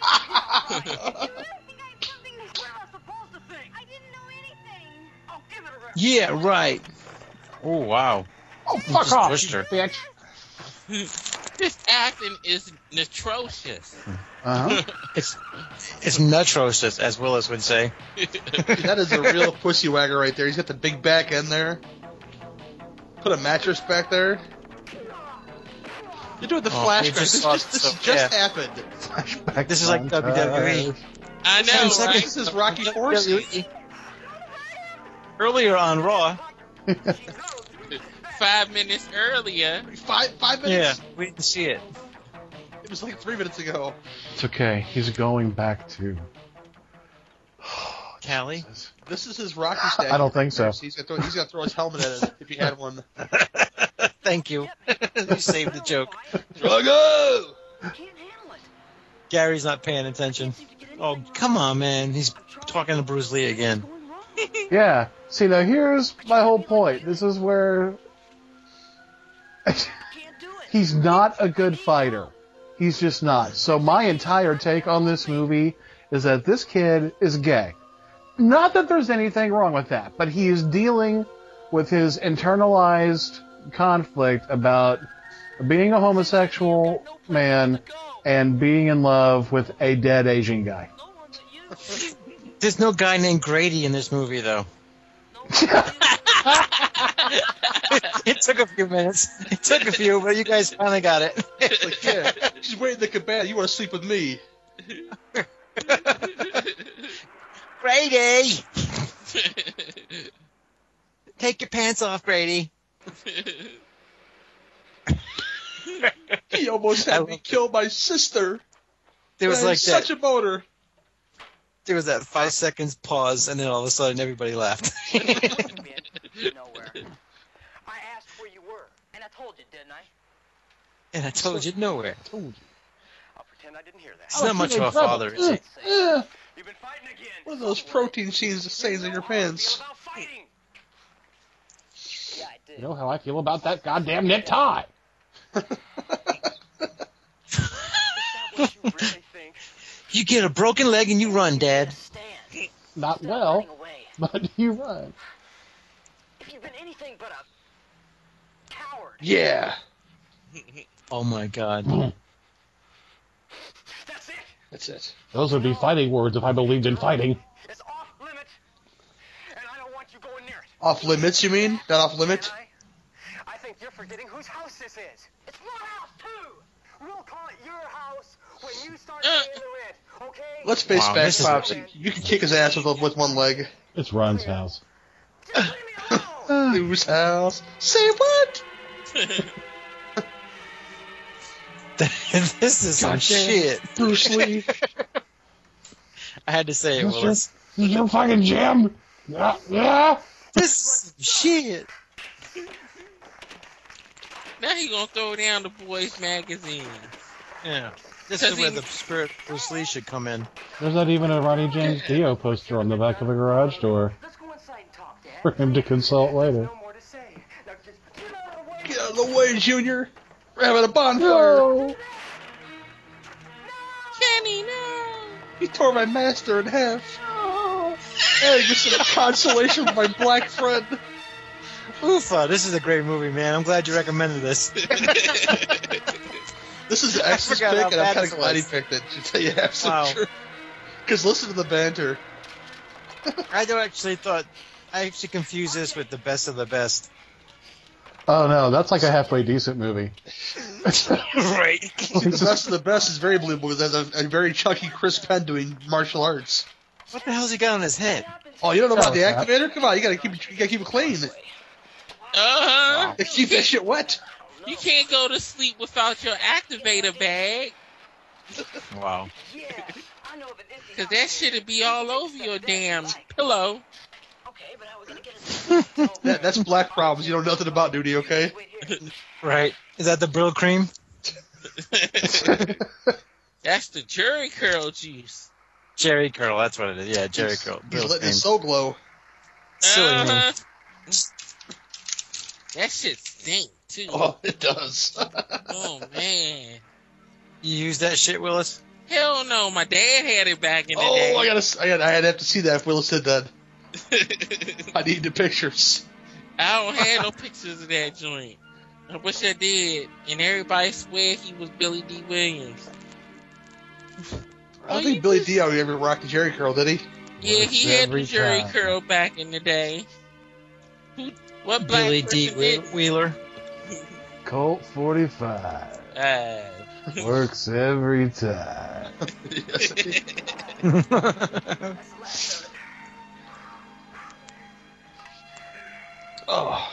I [laughs] had no idea. I think I had something to do. am I supposed to think? I didn't know anything. Oh, give it a rest. Yeah, right. Oh wow. Oh, He fuck just off, pushed you her. bitch. [laughs] this acting is [laughs] atrocious. [laughs] Uh-huh. It's it's nutrocious, as Willis would say. That is a [laughs] real pussy wagger right there. He's got the big back end there. Put a mattress back there. You're doing the Oh, flash. we This, just this, saw this, some- just happened. Flashback This is like E. WWE. montage. I Ten know, seconds. right? This is Rocky Horror. Earlier on Raw, Five minutes earlier, Five five yeah, minutes. we didn't see it. It was like three minutes ago. It's okay. He's going back to. Callie, This is his Rocky statue. I don't think so. He's gonna throw, he's gonna throw his helmet at it if he had one. thank you. [laughs] you saved the joke. Drago. Can't handle [laughs] it. Gary's not paying attention. Oh come on, man. He's talking to Bruce Lee again. [laughs] Yeah. See, now here's my whole point. This is where. Can't do it. He's not a good fighter. He's just not. So my entire take on this movie is that this kid is gay. Not that there's anything wrong with that, but he is dealing with his internalized conflict about being a homosexual man and being in love with a dead Asian guy. No one but you. There's no guy named Grady in this movie though. [laughs] No one but you. it took a few minutes. It took a few, but you guys finally got it. Like yeah, [laughs] she's waiting the combat. You want to sleep with me? Grady, take your pants off, Grady. He almost I had love me it. kill my sister. There was I'm like that. such a motor. there was that five seconds pause, and then all of a sudden everybody [laughs] laughed. [laughs] Been nowhere. I asked where you were, and I told you, didn't I? and I told you nowhere. I'll pretend I didn't hear that. Oh. It's not much of a father, is he? Eh, You've been fighting again. What are those protein scenes that stains in your pants? About [laughs] fighting. Yeah, [laughs] I did. you know how I feel about that goddamn necktie. Is that what you really think? You get a broken leg and you run, Dad. Stand. Not Stop well, [laughs] running away. but you run. If you've been anything but a coward, Yeah, Oh my God. [laughs] that's it. that's it. Those would be fighting words if I believed in fighting. It's off limits, and I don't want you going near it. Off limits, you mean? Not off limit? And I, I think you're forgetting whose house this is. It's my house too. We'll call it your house when you start Uh. paying the rent, okay? Let's face Wow, facts, this is- Pops. You can kick his ass with with one leg. It's Ron's house. Just leave me alone. Whose house? Say what? this is some Goddamn shit. Bruce [laughs] Lee. I had to say it, Yes, sir. Willis. This your fucking gym? Yeah, yeah. This is shit. now he gonna throw down the boys' magazine. Yeah. This Does is where he- the spirit of Bruce Lee should come in. There's not even a Ronnie James Dio poster on the back of the garage door Let's go inside and talk, Dad. for him to consult later. No more to say. Now just get out of the way. Get out of the way, Junior. We're having a bonfire. No. Kenny, no. He tore my master in half. Hey, this is a consolation for my black [laughs] friend. Oofa, uh, this is a great movie, man. I'm glad you recommended this. This is I X's pick, forgot how and I'm bad kind this of glad he was. picked it. To tell you [laughs] absolutely Wow. true. Because listen to the banter. [laughs] I do actually thought I actually confused this with the best of the best. Oh no, that's like a halfway decent movie. right. the best of the best is very believable because that's a, a very chunky Chris Penn doing martial arts. What the hell's he got on his head? Oh, you don't know about the activator? Come on, you gotta keep it, you gotta keep it clean. Uh huh. You keep that shit wet. You can't go to sleep without your activator bag. Wow. Yeah, I know of an empty Cause that shit'd be all over your damn [laughs] pillow. Okay, but I was gonna get a That, that's black problems you know nothing about, duty. Okay. Right. Is that the Brill cream? That's the jury curl juice. Jerry curl. That's what it is. Yeah, Jerry curl. He's Brill letting cream. his soul glow. Silly me. Uh-huh. That shit stink too. Oh. Oh, it does. [laughs] man. You use that shit, Willis? Hell no, my dad had it back in the day. oh, I gotta, s- I gotta, I'd have to see that if Willis did that. [laughs] I need the pictures. [laughs] I don't have no pictures of that joint. I wish I did. And everybody swear he was Billy D. Williams. I don't Oh, think you Billy just- Dio ever rocked a Jerry curl, did he? Yeah, he had the Every jury time. curl back in the day. Who? What black Billy D. person Wheel- did? Wheeler. [laughs] Colt 45 Uh, works every time. Yes, oh.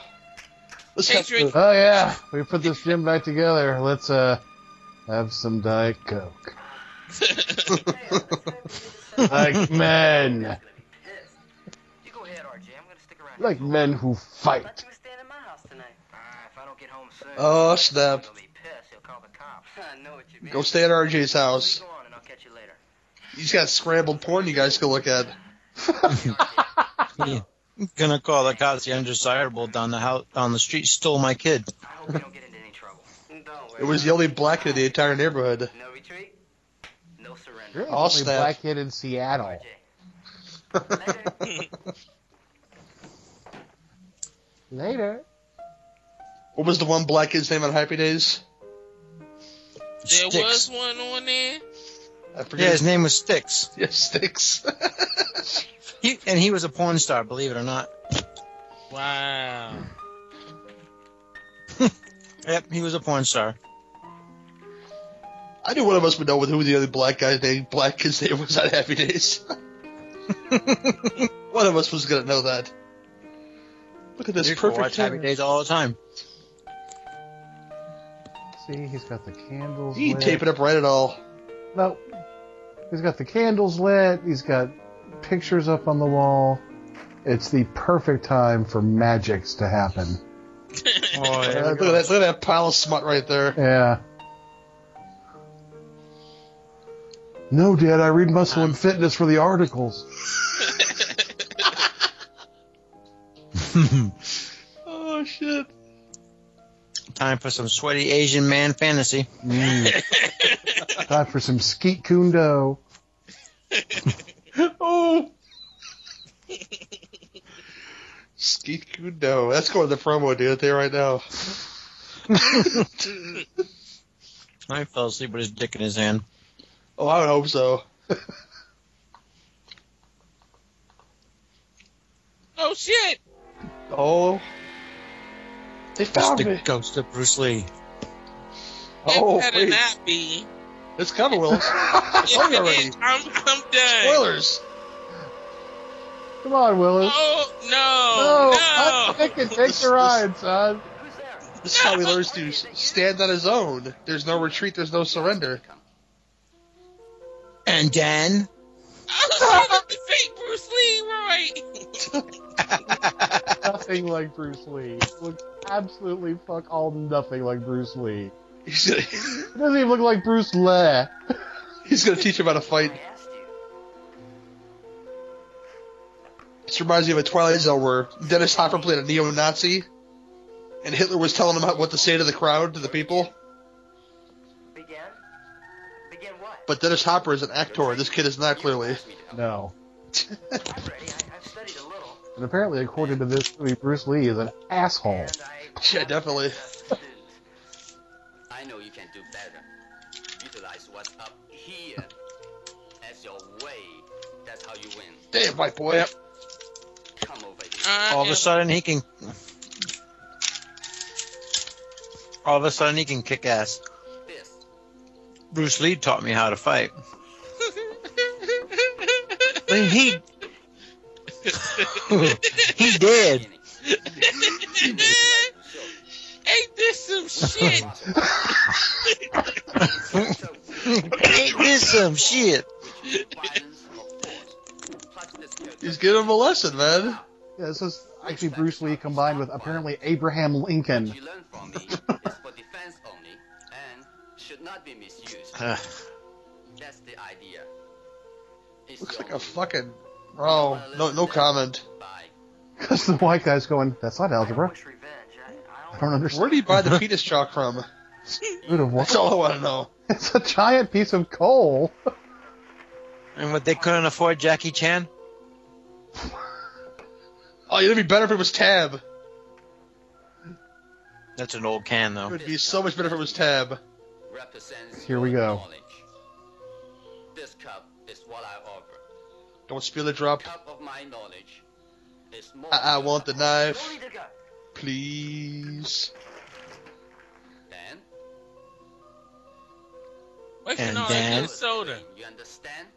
Let's Hey, have Drake. to- Oh yeah, we put this gym back together. Let's uh have some diet coke. Uh, [laughs] [laughs] Like men, You go ahead, RJ. I'm gonna stick around. like men who Thought fight. you were staying at my house tonight. Ah, if I don't get home soon, Oh, snap. he'll be pissed. He'll call the cops. [laughs] I know what you mean. Go stay at RJ's house. So you go on, and I'll catch you later. He's got scrambled porn you guys can look at. Gonna call the cops. The undesirable down the house on the street stole my kid. I hope you don't get into any [laughs] trouble. Don't worry. It was the only black kid in the entire neighborhood. [laughs] No retreat, no surrender. You're the I'll only snap. black kid in Seattle. Later. What was the one black kid's name on Happy Days? there was Sticks. one on there. I Yeah, forget. his name was Sticks. Yeah, Sticks. [laughs] He, and he was a porn star, believe it or not. Wow. Yep, he was a porn star. I knew one of us would know who the other black guy's name, black kid's name was on Happy [laughs] Days. one of us was gonna know that. Look at this you can perfect. watch Happy camera. Days all the time. See, he's got the candles. He ain't lit. taping up right at all. No, he's got the candles lit. He's got pictures up on the wall. It's the perfect time for magics to happen. Oh, Uh, yeah. look, at that, look at that pile of smut right there. Yeah. No, Dad, I read Muscle and Fitness for the articles. Oh shit! Time for some sweaty Asian man fantasy. [laughs] Time for some skeet kundo. Oh. [laughs] Skeet Kudo. That's going to the promo, dude. There right [laughs] now. I fell asleep with his dick in his hand. Oh, I would hope so. Oh shit! Oh. They It's found the me. ghost of Bruce Lee. That Oh, better wait. not be. It's coming, [laughs] Willis. It's If over it already. is, I'm, I'm done. Spoilers. Come on, Willis. Oh no, no! I take it. Take the ride, son. Who's there? This is how he learns to s- stand on his own. There's no retreat. There's no [laughs] surrender. And then Oh shit! It's fake Bruce Lee, right? Nothing like Bruce Lee. Looks absolutely fuck all nothing like Bruce Lee. He's gonna, [laughs] It doesn't even look like Bruce Lee. he's gonna teach him how to fight. I asked you. This reminds me of a Twilight Zone where Dennis Hopper played a neo-Nazi, and Hitler was telling him how- what to say to the crowd, to the people. Begin? Begin what? But Dennis Hopper is an actor. This kid is not clearly. No. I'm ready. I, I've studied a little, Oh. And apparently, according to this movie, Bruce Lee is an asshole. and I. [laughs] Yeah, definitely. I know you can do better. Utilize what's up here as your way. That's how you win. Damn, white boy. Come over here. I all of am- a sudden he can. All of a sudden, he can kick ass. Bruce Lee taught me how to fight. But he [laughs] he did. [laughs] Ain't this some shit? [laughs] Ain't this some shit? He's giving him a lesson, man. Yeah, this is actually Bruce Lee combined with apparently Abraham Lincoln. She learned from me is for defense only and should not be misused. Ugh. That's the idea. It's Looks your like a fucking. Oh, no, no comment. Because the white guy's going, that's not algebra. I don't understand. Where do you buy the penis chalk from? Dude, of what? That's all I want to know. [laughs] It's a giant piece of coal. And what they couldn't afford Jackie Chan? Oh, it'd be better if it was Tab. That's an old can It though. would be so much better if it was Tab. represents Here we your go. knowledge. This cup is what I offer. Don't spill the drop. Cup of my knowledge is more I, I want the knife, Ready to go. please. than Wait for And no, then- it's soda. you understand?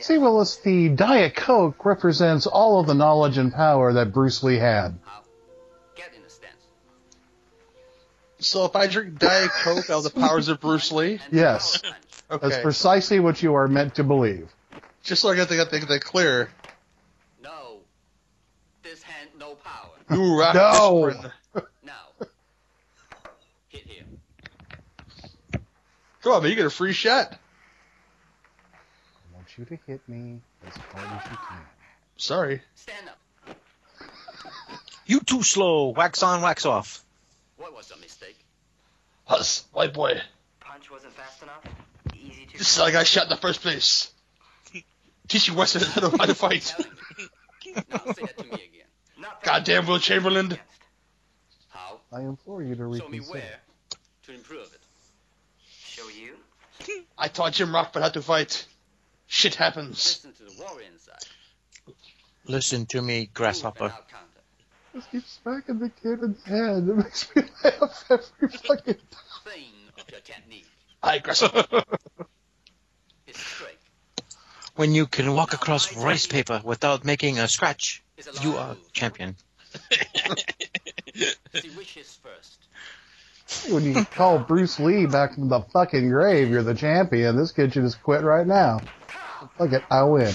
See, Willis, the Diet Coke represents all of the knowledge and power that Bruce Lee had. Get in the stance. So if I drink Diet Coke, I'll have the powers of Bruce Lee. And Yes. power punch. That's Okay, precisely what you are meant to believe. just so I got to get that- that clear. No. This hand no power. You rock No. aspirin. Now. Hit here. Come on, man, you get a free shot. I want you to hit me as hard as you can. Sorry. Stand up. You too slow. Wax on, wax off. What was the mistake? Hus, white boy. Punch wasn't fast enough. Easy to. This is how I got shot in the first place. [laughs] Teaching Weston how to, how to [laughs] fight. Tell me. now say that to me again. Not that Goddamn Will Chamberlain. How? I implore you to Show me reconsider. where to improve it. Show you. I taught Jim Rockman how to fight. Shit happens. Listen to the warrior inside. Listen to me, grasshopper. Move and I'll counter. Just keep smacking the kid in the head. It makes me [laughs] laugh every fucking time. Thing of your technique I grasshopper. is strength. When you can walk across rice paper without making a scratch, Is a long you are move. champion. See which is first. When you call Bruce Lee back from the fucking grave, you're the champion. This kid should just quit right now. Look it, I win.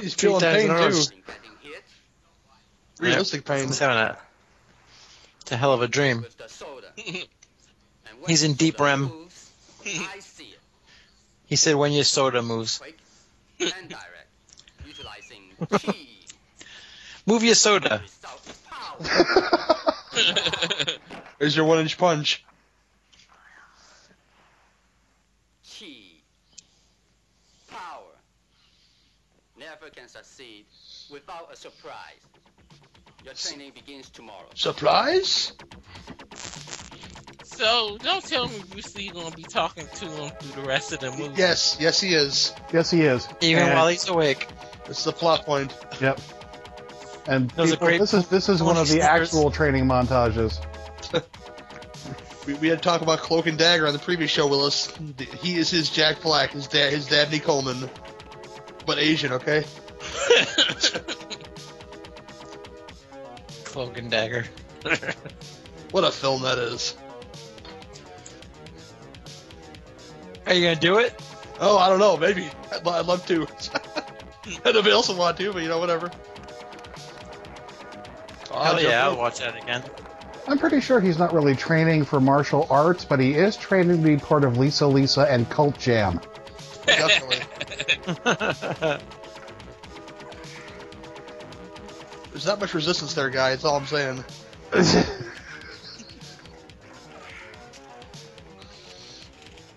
He's Three feeling times pain in a row. too. Getting hit [laughs] Realistic pain. He's having a, it's a hell of a dream. with the [laughs] soda. And when He's in the deep soda REM. moves, I see it. He said when your soda moves. Quick and direct. Utilizing chi. Move your soda. Result is power. There's your one inch punch. Chi. Power. Never can succeed without a surprise. Your training begins tomorrow. Supplies? So don't tell me Bruce Lee gonna be talking to him through the rest of the movie. [laughs] Yes, yes he is. Yes, he is. Even And- while he's awake. This is the plot point. Yep. And That was a people- great this is this is one of the Snickers. actual training montages. We, we had to talk about Cloak and Dagger on the previous show, Willis. He is his Jack Black, his dad, his Dabney Coleman, but Asian, okay? Cloak and dagger. What a film that is. Are you gonna do it? Oh, I don't know, maybe. I'd, lo- I'd love to. [laughs] And nobody else would want to, but you know, whatever. Oh, Hell Jeff, yeah, I'll look. watch that again. I'm pretty sure he's not really training for martial arts, but he is training to be part of Lisa Lisa and Cult Jam. Definitely. There's not much resistance there, guy. That's all I'm saying.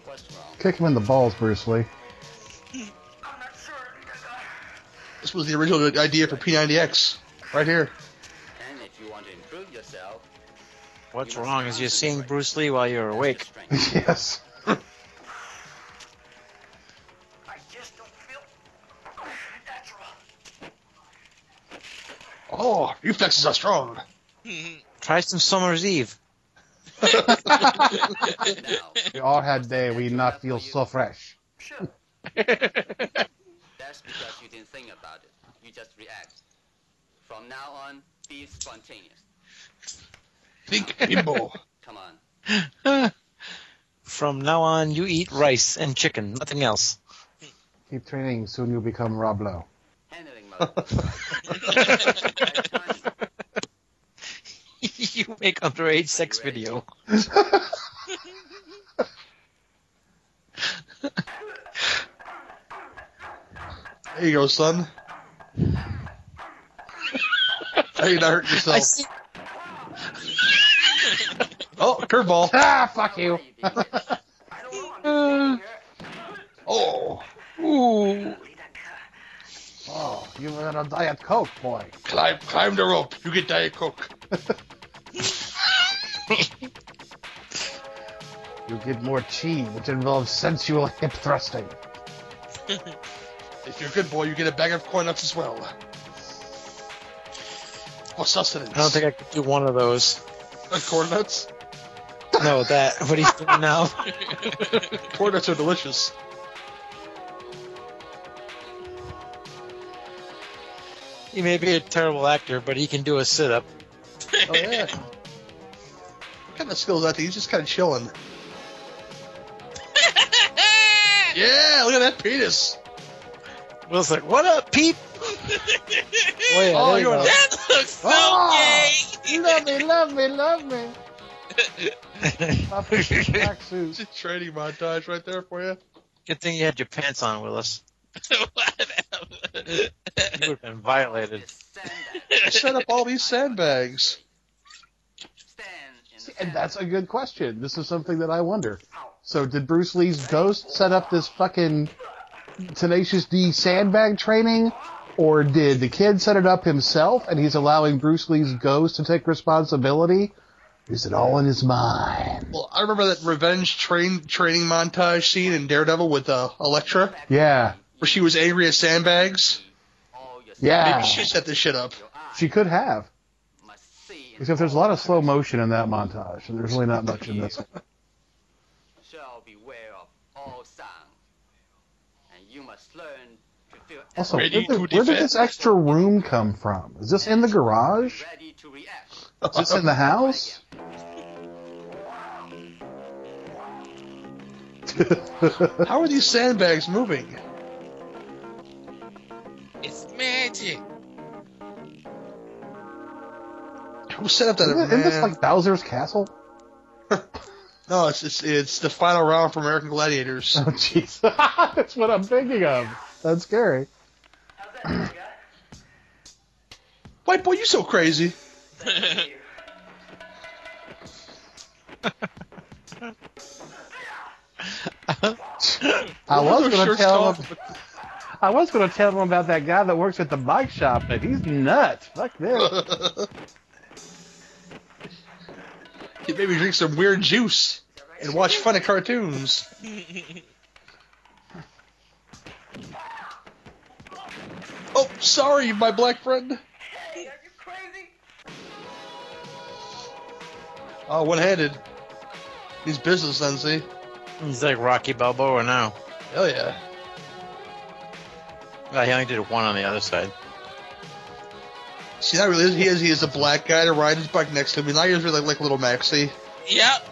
What's wrong? Kick him in the balls, Bruce Lee. I'm [laughs] not sure. This was the original idea for P90X. Right here. And if you want to improve yourself, What's wrong is you're seeing Bruce Lee while you're that's your awake. strength. yes. I just don't feel natural. Oh, reflexes are strong. Try some Summer's Eve. We all had day. We not feel so fresh. Sure. That's because you didn't think about it. You just react. From now on, be spontaneous. Think bimbo. Come on. From now on, you eat rice and chicken, nothing else. [laughs] Keep training. Soon you'll become Rob Lowe. Handling mode. you make underage sex video. [laughs] There you go, son. How you not hurt yourself? oh, curveball. Ah, fuck you. Oh. Ooh. oh, you were on diet coke, boy. Climb, climb the rope. You get Diet Coke. You get more chi, which involves sensual hip thrusting. If you're a good boy, you get a bag of corn nuts as well. Or sustenance. I don't think I could do one of those. Uh, corn nuts. No, that. What he's doing now. [laughs] Corn nuts are delicious. He may be a terrible actor, but he can do a sit up. Oh yeah. [laughs] what kind of skill is that? He's just kind of chilling. Yeah, look at that penis. Will's like, what up, Pete? [laughs] Oh, yeah, Oh, there you you're go. that- that looks so Oh, gay. Love me, love me, love me. Up in [laughs] his black suit. It's a training montage right there for you. Good thing you had your pants on, Willis. [laughs] Whatever. You would have been violated. Just stand there. Set up all these sandbags. Stand in the And sand. that's a good question. This is something that I wonder. So, did Bruce Lee's ghost set up this fucking Tenacious D sandbag training, or did the kid set it up himself and he's allowing Bruce Lee's ghost to take responsibility? Is it all in his mind? Well, I remember that revenge train training montage scene in Daredevil with uh, Elektra, Yeah, where she was angry at sandbags. All your yeah. Maybe she set this shit up. your eyes She could have. must see in Except there's a lot of slow motion in that montage, and there's really not much in this. shall beware of all sound. And you must learn to feel Also, where Ready did, to where did defend. this extra room come from? Is this in the garage? ready to react. [laughs] Is this in the house? How are these sandbags moving? [laughs] It's [laughs] magic. Who set up that? Isn't, isn't this man? like Bowser's Castle? [laughs] no, it's, it's it's the final round for American Gladiators. [laughs] Oh, jeez. That's what I'm thinking of. That's scary. How's that, nigga? White boy, you so crazy. I was Those going to shirts tell off, him. but- I was going to tell him about that guy that works at the bike shop, but he's nuts. Fuck [laughs] this. Get maybe drink some weird juice and watch funny cartoons. oh, sorry, my black friend. Hey, are you crazy? Oh, one-handed. He's business sensei. He's like Rocky Balboa now. Hell yeah. Well, he only did one on the other side. See, that really is. He is. He is a black guy to ride his bike next to me. Now he's really like little Maxie. [laughs] Yep.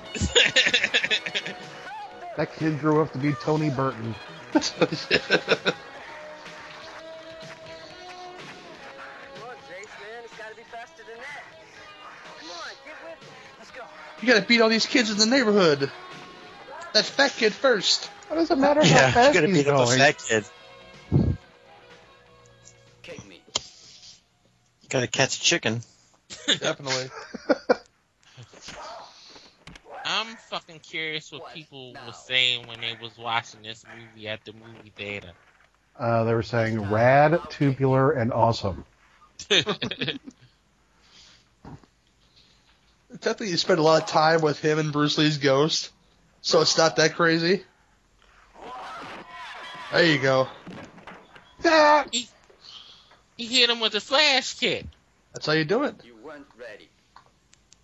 That kid grew up to be Tony Burton. Come on, Jace, man. It's gotta be faster than that. Come on, get with it. Let's go. You gotta beat all these kids in the neighborhood. That fat kid first. What does it matter how Yeah, you fast gotta he's beat up a going? fat kid. Kick me. Gotta catch a chicken. Definitely. [laughs] I'm fucking curious what people were saying when they was watching this movie at the movie theater. [laughs] Uh, they were saying rad, tubular, and awesome. Definitely, you spend a lot of time with him and Bruce Lee's ghost, so it's not that crazy. There you go. Ah! he hit him with a flash kick. That's how you do it. You weren't ready.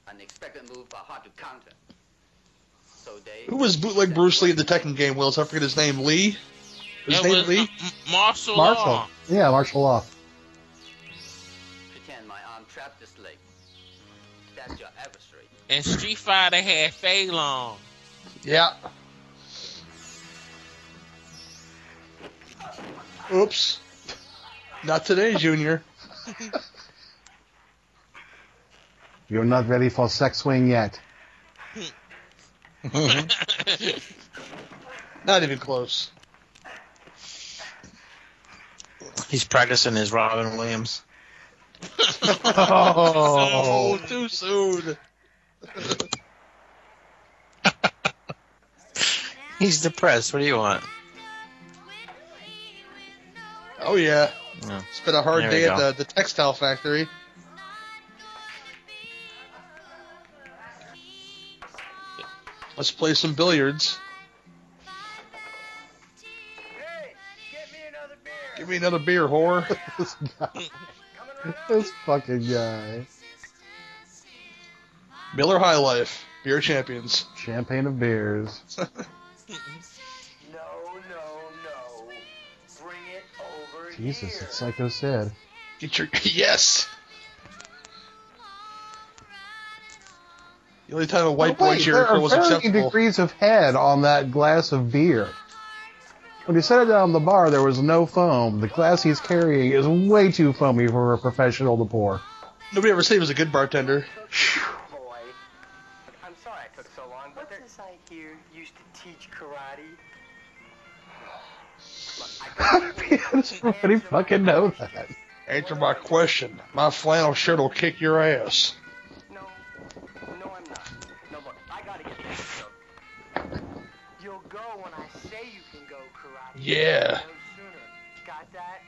Unexpected move are hard to counter. So they Who was bootleg Bruce Lee in the Tekken game, Wills? I forget his name. Lee? His That name was, Lee? Martial, Martial. law. Yeah, martial law. pretend my arm trapped this leg. That's your adversary. And Street Fighter had Fei Long. Yeah. Oops. Not today, Junior. You're not ready for sex swing yet. Not even close. He's practicing his Robin Williams. Oh, too soon. He's depressed. What do you want? Oh, yeah. No. It's been a hard There day you at go. the, the textile factory. Let's play some billiards. Give me another beer, whore. [laughs] this guy. [laughs] This fucking guy. Miller High Life, beer champions. [laughs] Champagne of beers. No, no, no. Bring it over Jesus, it's psycho sad. Get your yes. The only time a white boy Oh, there Jericho are was varying acceptable. degrees of head on that glass of beer. When he set it down on the bar, there was no foam. The glass he's carrying is way too foamy for a professional to pour. [laughs] Nobody ever said he was a good bartender. boy. I'm sorry I took so long, but What's this I hear used to teach karate? [laughs] How does everybody fucking know that? Answer my question. My flannel shirt will kick your ass. No, no, I'm not. No, look, I gotta get this show. You'll go when I say you can go karate. Yeah. No sooner. Got that?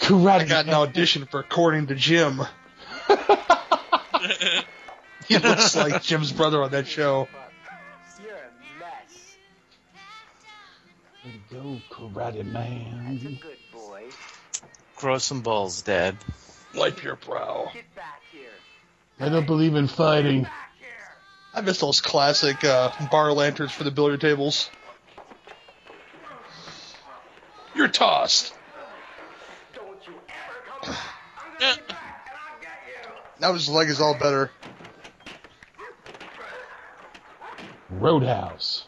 Yes. I got an audition for According to Jim. [laughs] he looks like Jim's brother on that show. [laughs] You're a mess. Go karate That's a man. good boy. Grow some balls, Dad. Wipe your brow. Get back here. I don't believe in fighting. I miss those classic uh, bar lanterns for the billiard tables. You're tossed. Don't you ever [laughs] come back. I'm Yeah. gonna get back and I'll get you. Now his leg is all better. Roadhouse.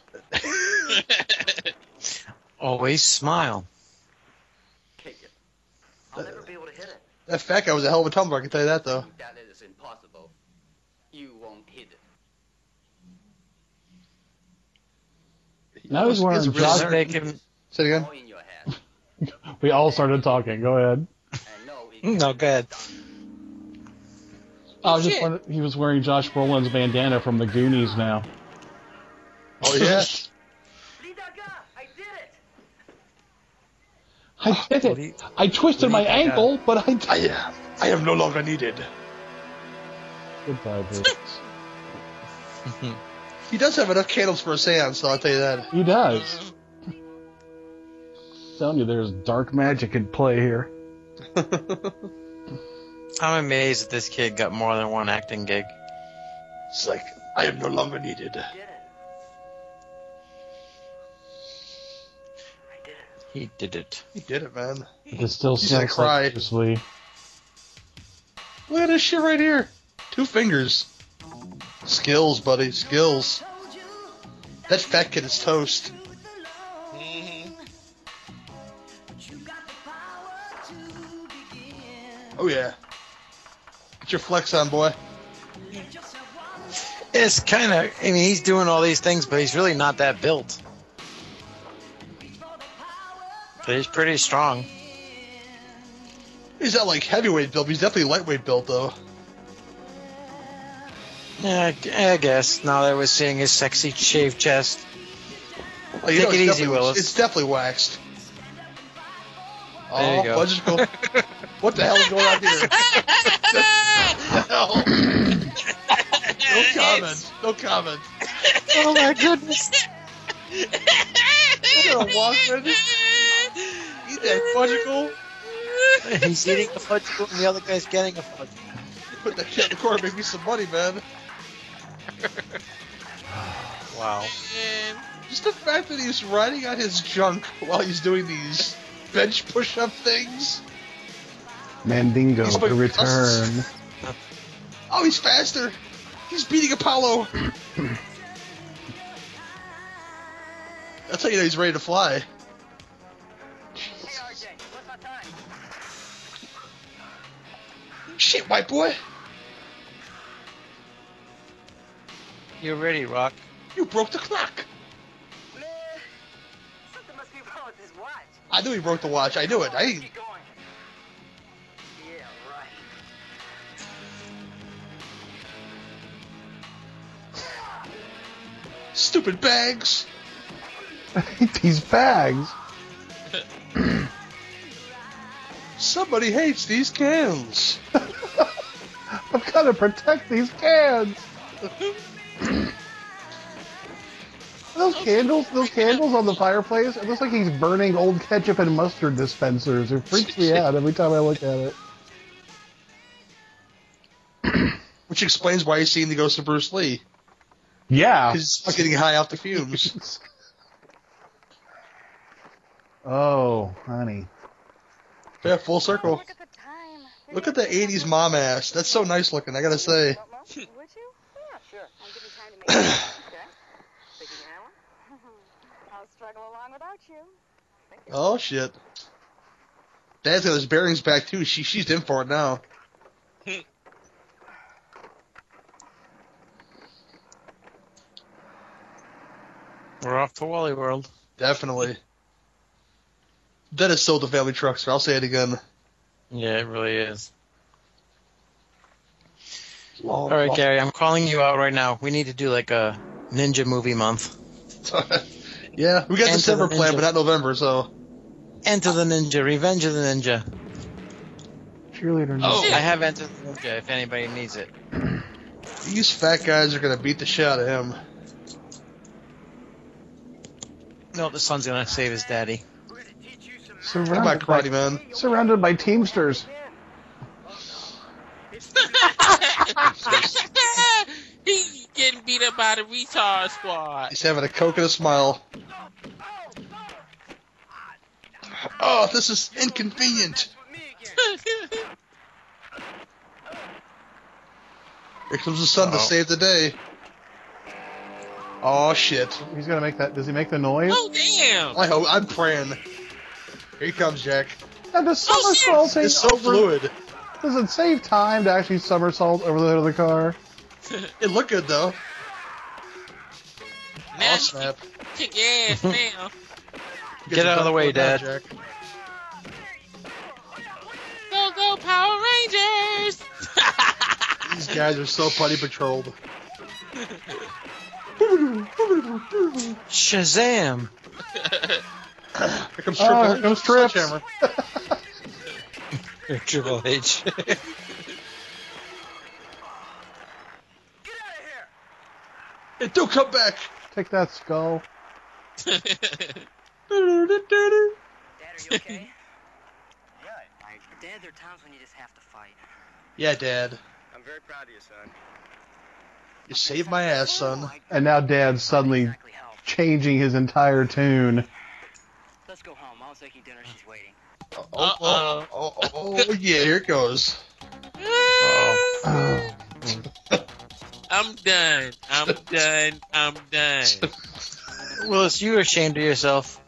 Always smile. Kick it. I'll never be able to hit it. That fat guy was a hell of a tumbler, I can tell you that though. That it is impossible. You won't hit it. Now he's wearing His Josh- wrist- Just make him. Say it again. All in your head. We all started talking. Go ahead. And no, it No, go ahead. I was just wondering, he was wearing Josh Brolin's bandana from the Goonies now. Oh [laughs] yeah. Lidaga, I did it. I did it. I twisted my ankle, but I I, uh, I am no longer needed. Goodbye, Bruce. He does have enough candles for a seance, so I'll tell you that. He does. telling you, there's dark magic at play here. I'm amazed that this kid got more than one acting gig. It's like I am no longer needed. Did it. I did it. He did it. He did it, man. It just still He's gonna smells cry. like Bruce Lee. Look at this shit right here. Two fingers. Skills, buddy. Skills. That fat kid is toast. Oh yeah. Get your flex on, boy. It's kind of. I mean, he's doing all these things, but he's really not that built. But he's pretty strong. He's not like heavyweight built, but he's definitely lightweight built though. Yeah, I g- I guess. Now that we're seeing his sexy shaved chest. Like, you Take know, it's it easy, definitely- Willis. It's definitely waxed. There you oh, go. Logical. [laughs] what the hell is going on here? [laughs] No, no [laughs] comment. No comment. Oh my [laughs] goodness! You're gonna walk [laughs] with it? Eat that fudgicle. he's eating a fudge and the other guy's getting a fudge. Put that shit in the corner. Make me some money, man. Wow. Just the fact that he's riding on his junk while he's doing these bench push-up things. Mandingo, He's like- the return. Oh, he's faster. He's beating Apollo. That's how you know he's ready to fly. Shit, white boy. You're ready, Rock. You broke the clock. Something must be wrong with his watch. I knew he broke the watch. I knew it. I Keep going. Yeah, right. stupid bags. [laughs] These bags. Somebody hates these cans. I've got to protect these cans. Those candles, those candles on the fireplace. It looks like he's burning old ketchup and mustard dispensers. It freaks me out every time I look at it. Which explains why he's seeing the ghost of Bruce Lee. Yeah. He's getting high off the fumes. Oh, honey. [laughs] yeah, full circle. Look at the 80s mom ass. That's so nice looking, I gotta [laughs] say. Would you? Yeah, sure. I'll give you time [coughs] to make it. okay. Think you can have one? [laughs] I'll struggle along without you. Oh, shit. Dad's got his bearings back, too. She, she's in for it now. We're off to Wally World. Definitely. That is so the family truckster. I'll say it again. [laughs] Yeah, it really is. All All right, Gary, I'm calling you out right now. We need to do like a ninja movie month. yeah, we got Enter December the planned, ninja. but not November, so. Enter the Ninja, Revenge of the Ninja. Cheerleader. Oh, I have Enter the Ninja if anybody needs it. These fat guys are gonna beat the shit out of him. No, the son's gonna save his daddy. Come on, Surrounded by, Karate Man. surrounded by Teamsters. [laughs] [laughs] He's getting beat up by the retard squad. [laughs] He's having a coke and a smile. Oh, this is inconvenient. Here comes the sun to Uh-oh. save the day. Oh shit! He's gonna make that. Does he make the noise? oh damn! I hope I'm praying. Here he comes, Jack. And the somersault It's so fluid. Does it save time to actually somersault over the hood of the car? It looked good though. Now Oh you snap! [laughs] kick ass now. Get out of the way, Now, Dad. Jack. Go go Power [laughs] Rangers! These guys are so putty patrolled. Shazam! Here comes Triple. H with Oh, here comes the Trips. sledgehammer. [laughs] Triple H. It do come back. Take that skull. Dad, are you [laughs] okay? Yeah, I, Dad, there are times when you just have to fight. Yeah, Dad. I'm very proud of you, son. You saved my ass, son. And now Dad's suddenly Oh Exactly how. changing his entire tune. [clears throat] Let's go home. Mom's making dinner. She's waiting. Oh, oh, oh, oh, oh, oh, yeah, here it goes. Oh, I'm done. I'm done. I'm done. [laughs] Willis, you ashamed of yourself.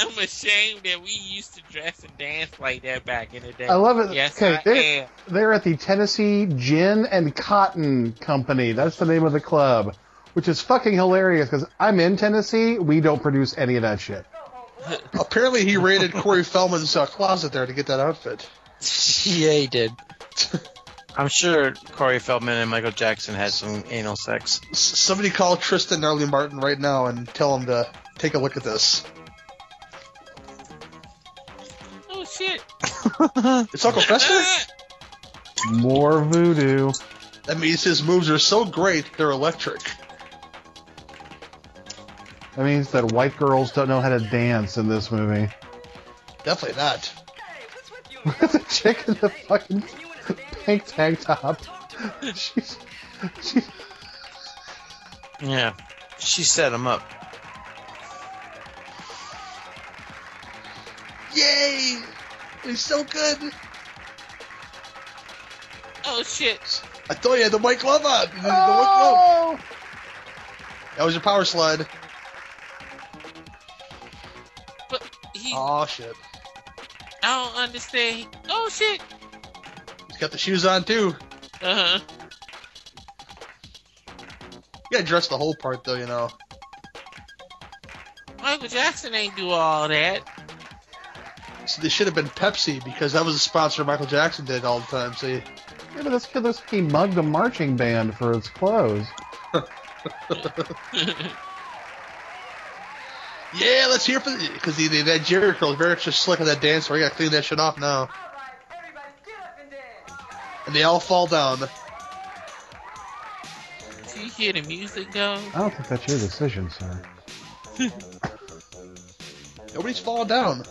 I'm ashamed that we used to dress and dance like that back in the day. I love it. Yes, okay, I they're, am. they're at the Tennessee Gin and Cotton Company. That's the name of the club, which is fucking hilarious because I'm in Tennessee. We don't produce any of that shit. Apparently, he [laughs] raided Corey Feldman's uh, closet there to get that outfit. [laughs] yeah, he did. I'm sure Corey Feldman and Michael Jackson had some anal sex. S- somebody call Tristan Nelly Martin right now and tell him to take a look at this. Oh shit! It's Uncle Fester? More voodoo. That means his moves are so great, they're electric. That means that white girls don't know how to dance in this movie. [laughs] Definitely not. Hey, what's with you? the chick in the fucking And you wanna stand there [laughs] pink and tank top. talk to her? She's, she, Yeah. She set him up. Yay! It's so good. Oh shit! I thought you had the white glove on. You didn't have the white glove. Oh! That was your power slide. But he, Oh shit! I don't understand. Oh shit! He's got the shoes on too. Uh huh. You gotta dress the whole part though, you know. Michael Jackson ain't do all that. So they should have been Pepsi because that was a sponsor Michael Jackson did all the time. So you- Yeah, but this kid looks like he mugged a marching band for its clothes. yeah, let's hear for because the, the Nigerian girl is very just slick on that dance floor. You gotta clean that shit off now. And they all fall down. Do you hear the music go? I don't think that's your decision, sir. Nobody's falling down.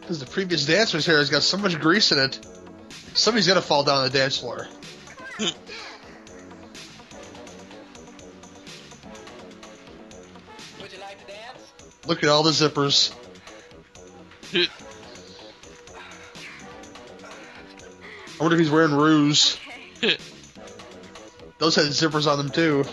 Because the previous dancer's hair has got so much grease in it. Somebody's gonna fall down on the dance floor. Would you like to dance? Look at all the zippers. I wonder if he's wearing ruse. Those had zippers on them too.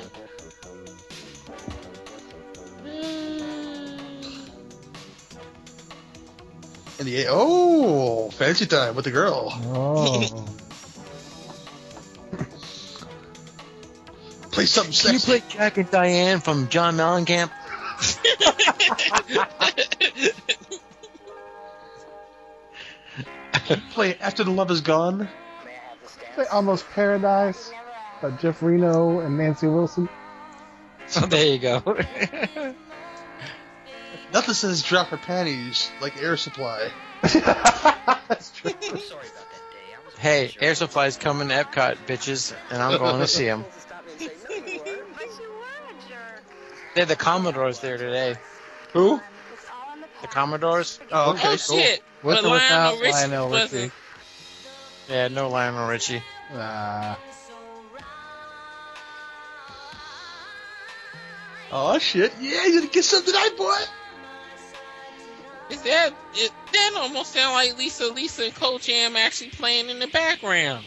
And the oh, fancy time with the girl. Oh. Play something Can you sexy. play Jack and Diane from John Mellencamp? play after the love is gone. May I have this dance? Say [laughs] Almost Paradise by Jeff Reno and Nancy Wilson. [laughs] So [laughs] there you go. Nothing says drop her panties like Air Supply. that's true. I'm sorry about that day. I was [laughs] hey, Air Supply's coming to Epcot, bitches, and I'm going to see them. They're the Commodores there today. Who? The Commodores? Oh, okay, oh cool. shit! With but or Lionel without Richie Lionel Richie. wasn't. Yeah, no Lionel Richie. Uh, Oh shit! Yeah, you gonna get something tonight, boy. Is that it, that almost sound like Lisa Lisa and Coach Am actually playing in the background?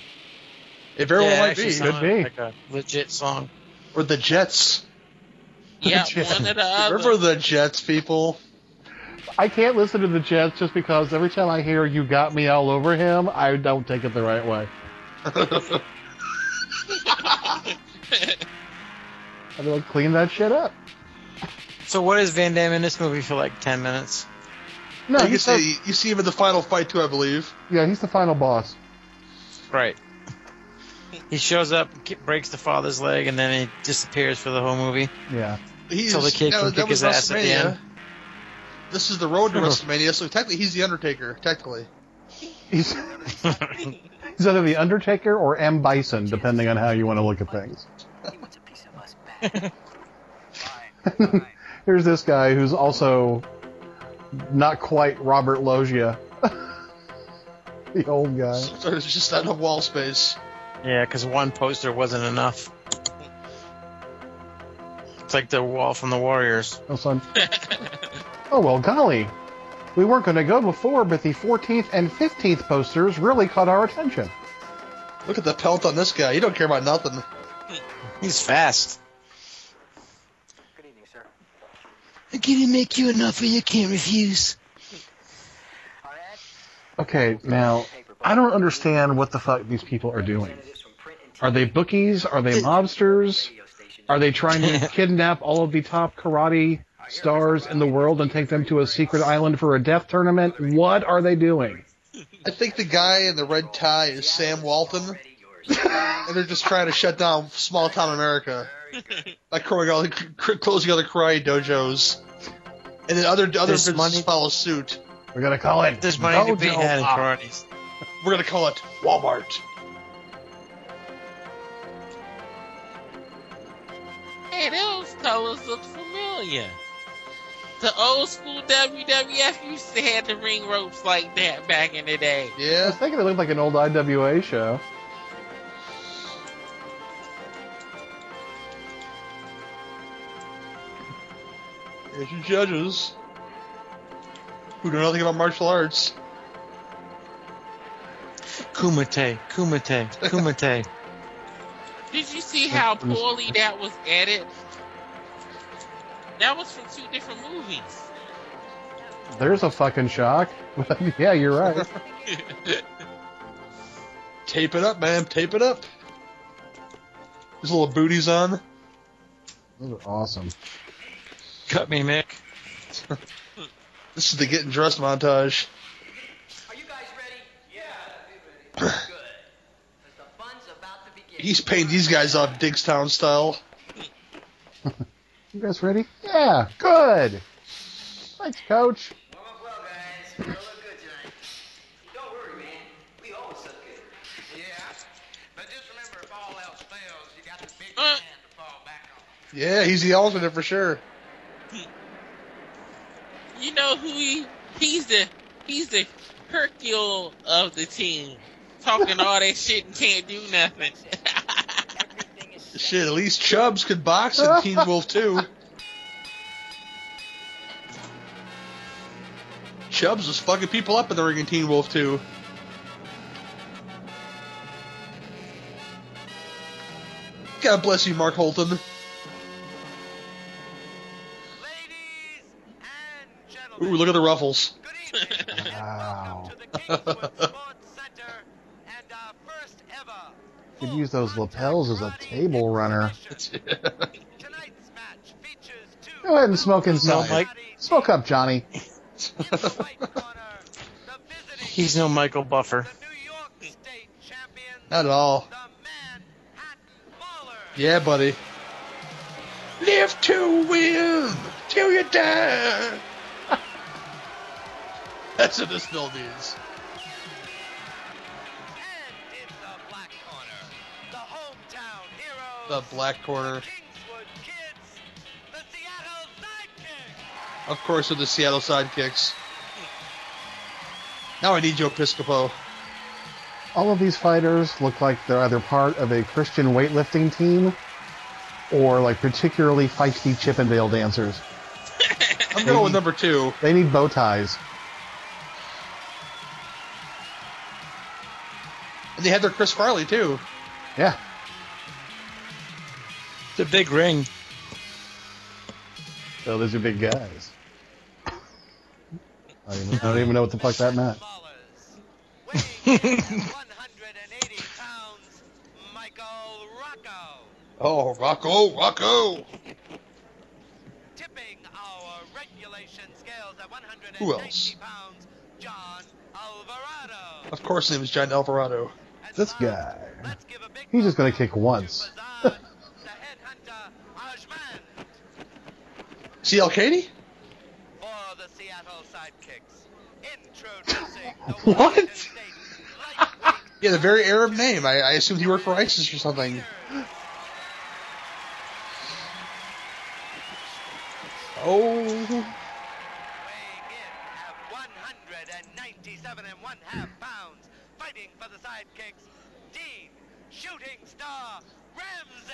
It very yeah, well might actually be. sounded Could be. Like a legit song. Or the Jets. Yeah, Jets. one or the Uh, other. Remember the Jets, people. I can't listen to the Jets just because every time I hear "You Got Me All Over Him," I don't take it the right [laughs] way. I'd be like, "Clean that shit up." So what is Van Damme in this movie for like 10 minutes? No, you, he's the, see, you see him in the final fight too, I believe. yeah, he's the final boss. Right. [laughs] He shows up, ki- breaks the father's leg, and then he disappears for the whole movie. Yeah, He's, So the kid that, can was- kick that was his ass at the WrestleMania. end. This is the [laughs] road to WrestleMania, so technically he's the Undertaker. Technically, he's he's either the Undertaker or M Bison, depending on how you want to look at things. [laughs] He wants a piece of us back. Here's this guy who's also not quite Robert Loggia, [laughs] the old guy. so there's just not enough wall space. Yeah, because one poster wasn't enough. It's like the wall from the Warriors. No [laughs] son. oh well, golly. We weren't going to go before, but the 14th and 15th posters really caught our attention. Look at the pelt on this guy. He don't care about nothing. He's fast. Good evening, sir. I'm gonna make you an offer you can't refuse. All right. Okay, now I don't understand what the fuck these people are doing. Are they bookies? Are they mobsters? Are they trying [laughs] to kidnap all of the top karate stars in the world and take them to a secret island for a death tournament? What are they doing? I think the guy in the red tie is Sam Walton, and they're just trying to shut down small town America [laughs] by crowing all the, cr- closing all the karate dojos, and then other other There's businesses money- follow suit. We're going to call it. There's money to be Dojo had in Pop. karate. We're gonna call it Walmart. Hey, those colors look familiar. The old school WWF used to have the ring ropes like that back in the day. I Yeah, was thinking it looked like an old IWA show. Here's your judges who know nothing about martial arts. Kumite, Kumite, Kumite. Did you see how poorly that was edited? That was from two different movies. There's a fucking shock. [laughs] yeah, you're right. Tape it up, man. Tape it up. His little booties on. Those are awesome. [laughs] Cut me, Mick. This is the getting dressed montage. Are you guys ready? Yeah. Good. 'Cause the fun's about to begin. He's paying these guys off Digstown style. You guys ready? Yeah, good. Thanks, coach. Warm up well, guys. We'll look good tonight. Don't worry, man. We always look good. Yeah. But just remember, if all else fails, you got the big Uh, man to fall back on. Yeah, he's the alternate for sure. You know who he he's the he's the Hercule of the team. Talking all that shit and can't do nothing. Shit, at least Chubbs could box in Teen Wolf 2. Chubbs was fucking people up in the ring in Teen Wolf 2. God bless you, Mark Holton. Ooh, look at the ruffles. Wow. [laughs] Sports Center and our first ever Could use those lapels as a table runner. tonight's match features two Go ahead and smoke inside. No, Mike. Smoke up, Johnny. [laughs] He's no Michael Buffer. Not at all. Yeah, buddy. Live to win till you die. [laughs] That's what this build is. The black corner. Of course, with the Seattle sidekicks. Now I need Joe Piscopo. All of these fighters look like they're either part of a Christian weightlifting team or like particularly feisty Chippendale dancers. I'm going with number two. They need bow ties. And they had their Chris Farley, too. Yeah. The big ring. So those are big guys. I don't even, I don't even know what the fuck that meant. [laughs] Oh, Rocco, Rocco. tipping our regulation scales at 190 Who else? pounds. John Alvarado. Of course, his name is John Alvarado. This guy. He's just gonna kick once. [laughs] CL Katie? For the Seattle Sidekicks, introducing the What? Washington State lightweight Yeah, the very Arab name. I, I assumed he worked for ISIS or something. Oh. weighing in at 197 and one half pounds, fighting for the Sidekicks, Dean Shooting Star Ramsey.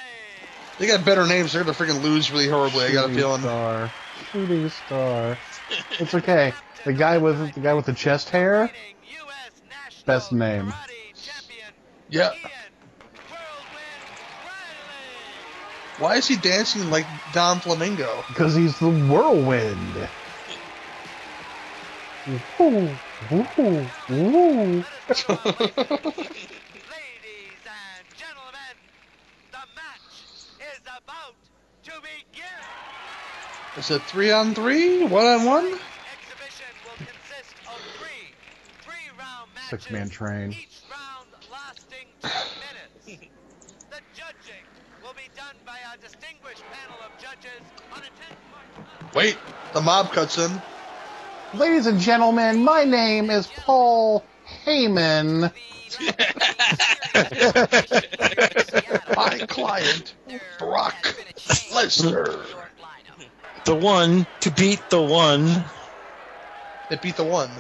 They got better names. They're going to freaking lose really horribly. I got a Shooting feeling. Star. Shooting star. It's okay. The guy with the guy with the chest hair. Best name. Yeah. Why is he dancing like Don Flamingo? Because he's the whirlwind. Ooh, ooh, ooh. Ladies and gentlemen, the match is about to begin. Is it three on three? One on one? Exhibition will consist of three three-round matches. Six man train. [laughs] Each round lasting 10 minutes. The judging will be done by our distinguished panel of judges on a 10-point... Wait, the mob cuts in. Ladies and gentlemen, my name is Paul Heyman. My client, Brock Lesnar. The one to beat the one. It beat the one.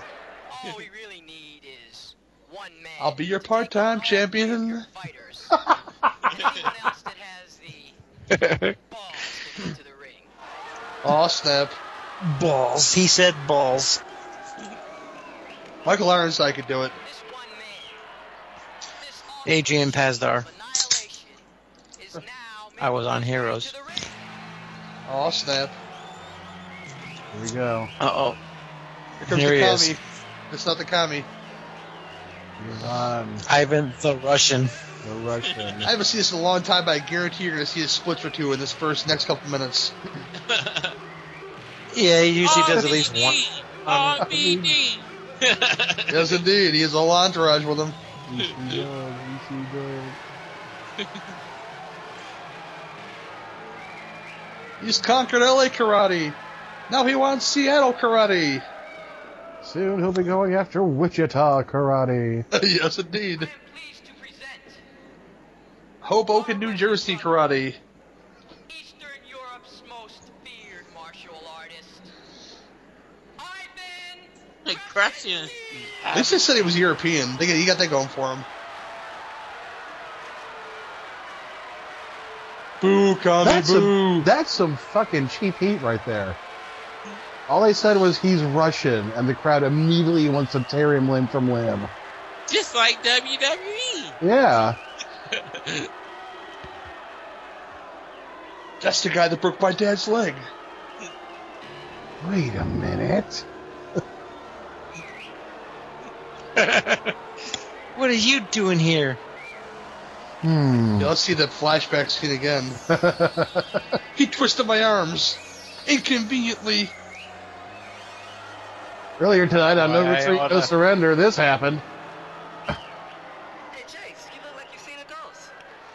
All we really need is one man. I'll be your part-time champion. Fighters. Anyone [laughs] else that has the balls to get into the ring. Aw, snap. Balls. He said balls. Michael Ironside could do it. Adrian Pazdar. I was on Heroes. Oh snap! Here we go. Uh oh. Here comes Here the he commie. is. It's not the commie. Um, Ivan the Russian. the Russian. [laughs] I haven't seen this in a long time, but I guarantee you're going to see a split or two in this first next couple minutes. Yeah, he usually does at least one. RBD. RBD. yes, indeed. He has a whole entourage with him. He's conquered LA karate. Now he wants Seattle karate. [laughs] Soon he'll be going after Wichita karate. yes, indeed. Hoboken, New Jersey karate. Eastern Europe's most feared martial artist. Like Russian. At least they said he was European. They, he got that going for him. Boo, commie, That's boo. some, that's some fucking cheap heat right there. All they said was he's Russian, and the crowd immediately wants to tear him limb from limb. Just like E. WWE. Yeah. That's the guy that broke my dad's leg. Wait a minute. What are you doing here? Hmm. Yeah, let's see that flashback scene again. He twisted my arms. Inconveniently. Earlier tonight on No Boy, I Retreat, No oughta- Surrender, this happened. Hey, Jace, you look like you've seen a ghost.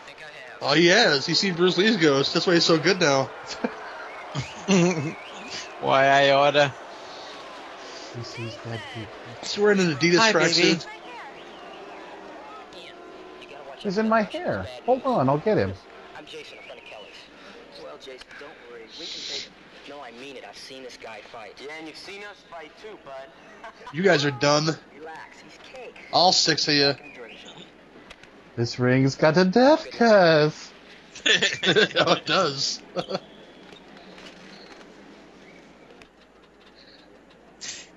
Think I have. Oh, he has. He's seen Bruce Lee's ghost. That's why he's so good now. Why I oughta. This is that deep. He's wearing an Adidas Hi, baby. tracksuit. Ian, you gotta watch He's out in for my that ghost. hair. It's bad Hold on, I'll get him. I'm Jason, a friend of Kelly's. Well, Jason, don't worry. We can take it. No, I mean it. I've seen this guy fight. Yeah, and you've seen us fight too, bud. You guys are done. Relax, he's cake. All six of [laughs] you. Enjoy yourself. This ring's got a death curse. oh, it does.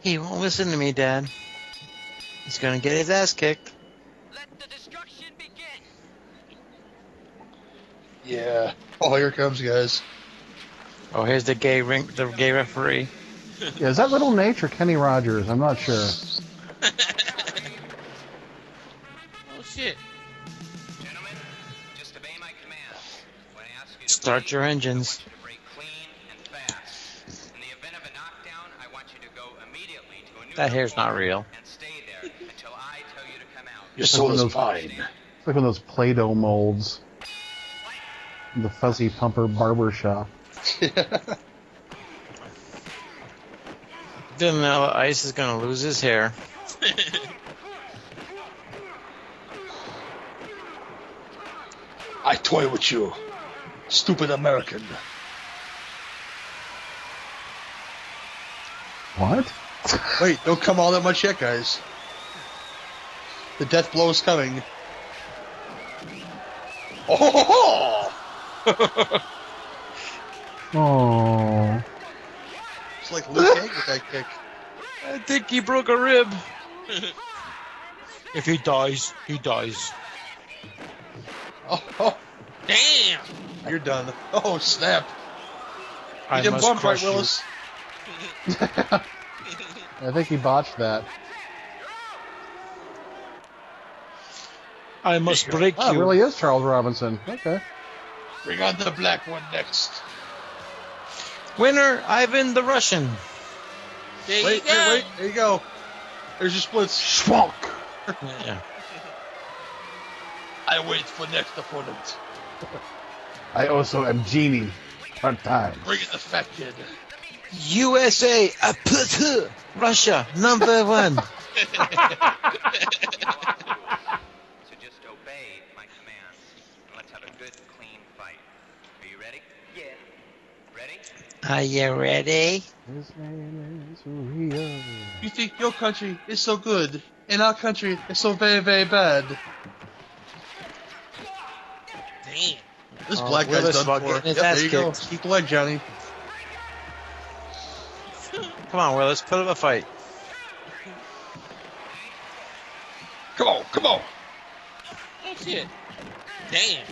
He won't listen to me, Dad. He's gonna get his ass kicked. Let the destruction begin. yeah. Oh, here it comes, guys. Oh, here's the gay ring, the gay referee. Yeah, is that Little Nate or Kenny Rogers? I'm not sure. oh shit. Gentlemen, just obey my commands. When I ask you to Start break, your I engines. want you to break clean and fast. In the event of a knockdown, I want you to go immediately to a neutral That hair's not corner real. And stay there until I tell you to come out. Your soul is mine. It's like one of those Play-Doh molds. in The Fuzzy Pumper Barber Shop. [laughs] Then uh, Ice is gonna lose his hair. I toy with you, stupid American. What? Wait, don't come all that much yet, guys. The death blow is coming. Oh, ho, ho, ho! Oh. it's like Luke Cage with that kick. I think he broke a rib. if he dies, he dies. Oh, oh, [laughs] Damn. you're done. Oh, snap. You I did must bump, right, crush you. Willis? I think he botched that. I must break Oh, it you. really is Charles Robinson. Okay. Bring on the black one next. Winner, Ivan the Russian. There Wait, you go. wait, wait. There you go. There's your splits. Schwonk! Yeah. I wait for next opponent. I also am Genie. Part time. Bring in the fat kid. USA, I put her. Russia, number one. So just obey my commands. And let's have a good, clean fight. Are you ready? Yeah. Ready? [laughs] Are you ready? His name is Rio. You think your country is so good, and our country is so very, very bad. Damn. This Oh, black guy's Willis done about for. getting his Yep, ass there you go. kicked. Keep the leg, Johnny. Come on, Will, let's put up a fight. Come on, come on. Oh shit. Damn.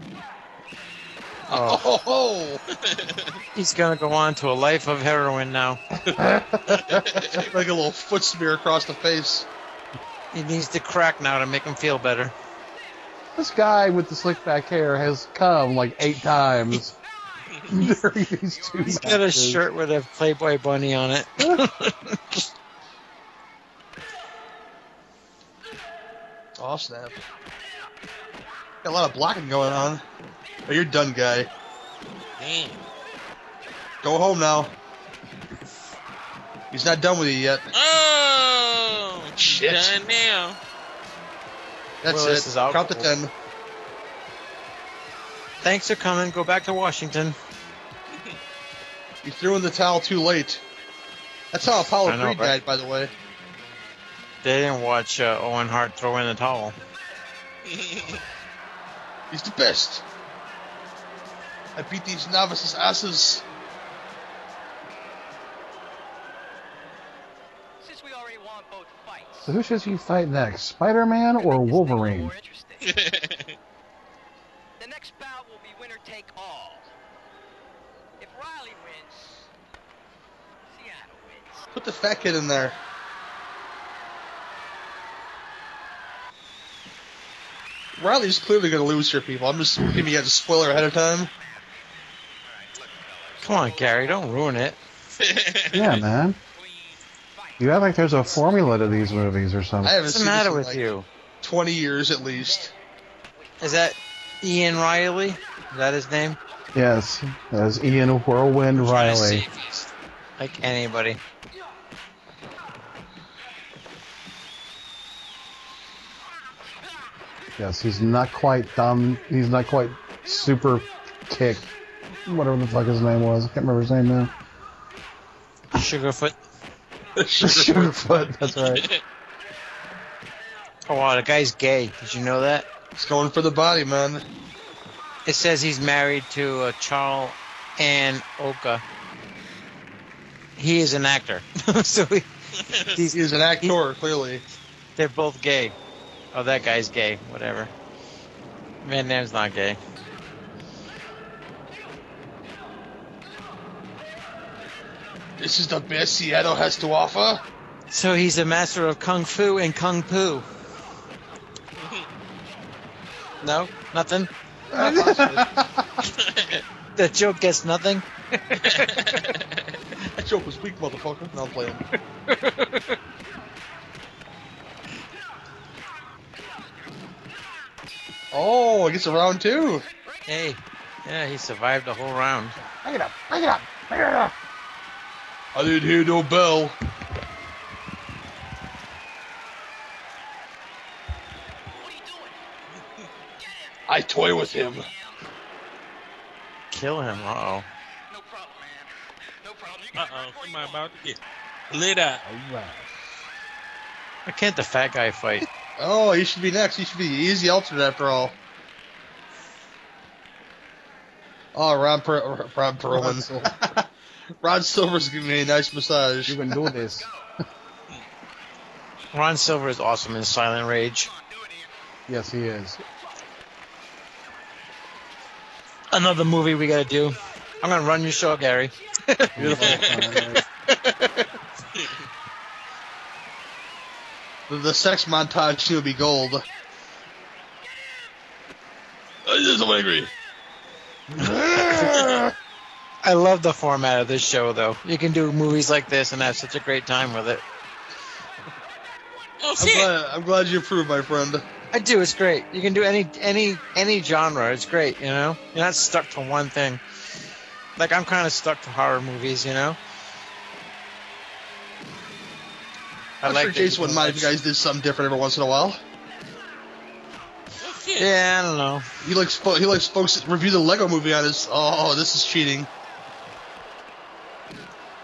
Oh. Oh, ho, He's gonna go on to a life of heroin now. ho. [laughs] like a little foot smear across the face. He needs to crack now to make him feel better. This guy with the slick back hair has come like eight times [laughs] during these two He's got a matches. shirt with a Playboy bunny on it. [laughs] Oh snap. Got a lot of blocking going on. Oh, you're done, guy. Damn. Go home now. He's not done with you yet. Oh. Shit. Done now. That's Well, it. this is out. Count to ten. Thanks for coming. Go back to Washington. You threw in the towel too late. That's how Apollo I know, Creed right? died, by the way. They didn't watch uh, Owen Hart throw in the towel. He's the best. I beat these novices' asses. Since we already won both fights, So who should he fight next, Spider Man or Wolverine? more interesting. Damn. The next bout will be winner take all. If Riley wins, Seattle wins. Put the fat kid in there. Riley's clearly going to lose here, people. I'm just giving you guys a spoiler ahead of time. Come on, Gary, don't ruin it. Yeah, man. You act like there's a formula to these movies or I something. haven't What's seen the matter this in with like you? 20 years at least. Is that Ian Riley? Is that his name? Yes, as Ian Whirlwind Riley. Like anybody. Yes, he's not quite dumb. He's not quite super kick. Whatever the fuck his name was, I can't remember his name now. Sugarfoot. Sugarfoot, that's right. [laughs] Oh, wow, the guy's gay. Did you know that? He's going for the body, man. It says he's married to uh, Charles Ann Oka. He is an actor. [laughs] so he, these, He's an actor, clearly. they're both gay. Oh, that guy's gay. Whatever. Van Damme's not gay. This is the best Seattle has to offer. [laughs] So he's a master of kung fu and kung poo. No? [laughs] Nothing? That joke gets nothing? That joke was weak, motherfucker. Now I'm playing. [laughs] oh, I guess a round two. hey. Yeah, he survived the whole round. Bring it up, bring it up, bring it up. I didn't hear no bell. I toy with him. Kill him. Uh oh. No problem, man. No problem. You Uh can oh. where you Somebody want. about to get lit up. Why can't the fat guy fight? Oh, he should be next. He should be the easy alternate after all. Oh, Ron, per- Ron Perlman. Ron Silver's giving me a nice massage. [laughs] You can do this. Ron Silver is awesome in Silent Rage. Yes, he is. Another movie we gotta do. I'm gonna run your show, [laughs] Gary. The, the sex montage will be gold. I just am angry. I love the format of this show, though. You can do movies like this and have such a great time with it. Oh I'm shit. glad, I'm glad you approved, my friend. I do. It's great. You can do any any any genre. It's great. You know, you're not stuck to one thing. Like I'm kind of stuck to horror movies. You know. I'm sure that Jason wouldn't you can mind if you watch- guys did something different every once in a while. Oh shit. Yeah, I don't know. He likes fo- he likes folks that review the Lego Movie on his. Oh, this is cheating.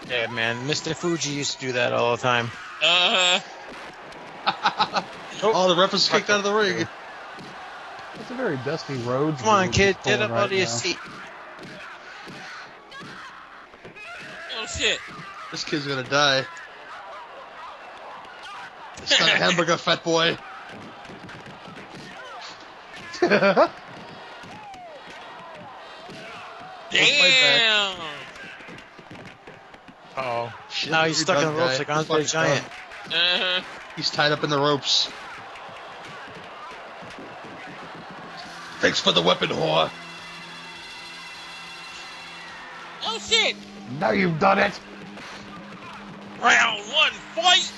Yeah, man. Mr. Fuji used to do that all the time. Uh. Oh, the ref is kicked out of the ring. It's a very dusty road. Come on, we're kid, get pulling up right out of your now. seat. Oh shit. This kid's gonna die. It's [laughs] not a hamburger, fat boy. Damn. Oh. Now he's stuck in the ropes like Andre the Giant. Uh-huh. He's tied up in the ropes. Thanks for the weapon, whore. Oh shit! Now you've done it. Round one, fight.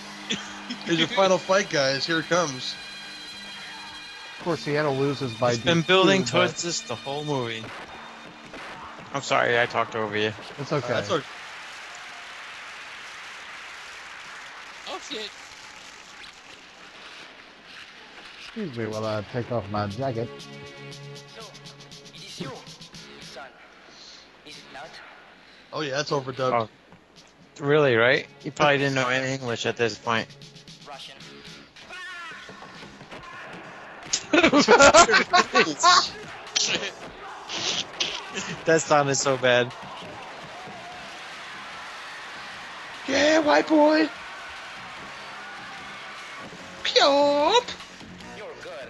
Here's your final fight, guys. Here it comes. Of course, Seattle loses by. Been building DQ, towards this the whole movie. I'm sorry, I talked over you. but It's okay. That's our Oh shit. Excuse me while I take off my jacket. So, it is you, son. Is it not? Oh yeah, that's overdubbed. Oh. Really, right? You probably didn't know any English at this point. Russian. that sounded so bad. [laughs] Yeah, white boy. Yup. You're good.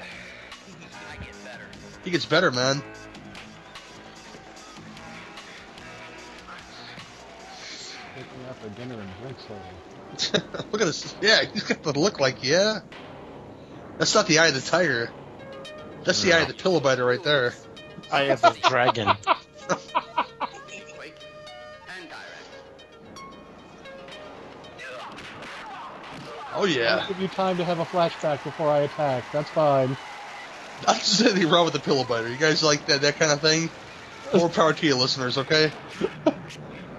I get better. He gets better, man. Picking up a dinner and drinks later. Look at this. Yeah, [laughs] he's got the look like yeah. That's not the eye of the tiger. That's the eye of the pillow biter right there. I have a dragon. Quick and direct. Oh yeah. [laughs] I'll give you time to have a flashback before I attack. That's fine. Not just anything wrong with the pillow biter. You guys like that that kind of thing? More power to you, listeners. Okay. [laughs]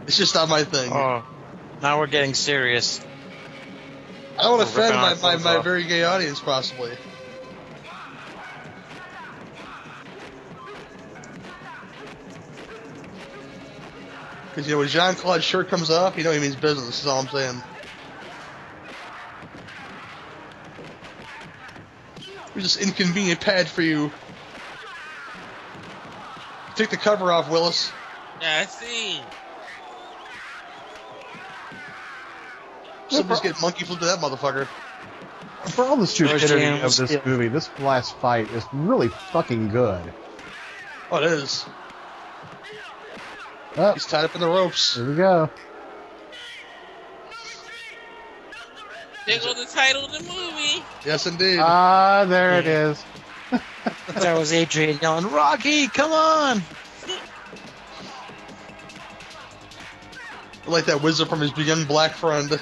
It's just not my thing. [laughs] Oh, now we're getting serious. I don't want to We're ripping offend my, our my, clothes my off. very gay audience, possibly. Because, you know, when Jean Claude's shirt comes off, you know he means business, is all I'm saying. Here's this inconvenient pad for you. Take the cover off, Willis. Now I see. Somebody's getting monkey flipped to that motherfucker. For all the stupidity jams, of this yeah. movie, this last fight is really fucking good. Oh, it is. Oh, He's tied up in the ropes. here we go. There goes the title of the movie. Yes, indeed. Ah, there it Yeah. is. That was Adrian yelling, "Rocky, come on!" like that wizard from his young black friend.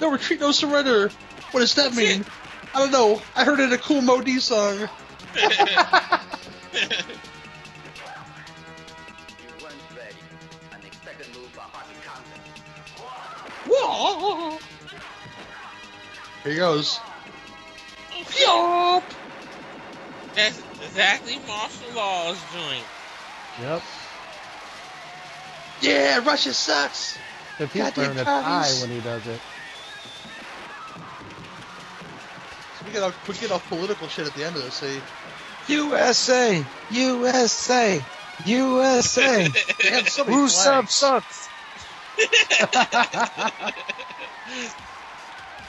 No retreat, no surrender. What does that mean? I don't know. I heard it in a cool Modi song. You weren't ready. Unexpected move by Harvey Compton. Whoa! Here he goes. Oh, shit. Yup. That's exactly martial law's joint. Yep. Yeah, Russia sucks. If he's Goddamn wearing a tie commies. when he does it. We get off, we get off political shit at the end of this. See, USA, USA, [laughs] USA. they have so many Who sub flags. sucks?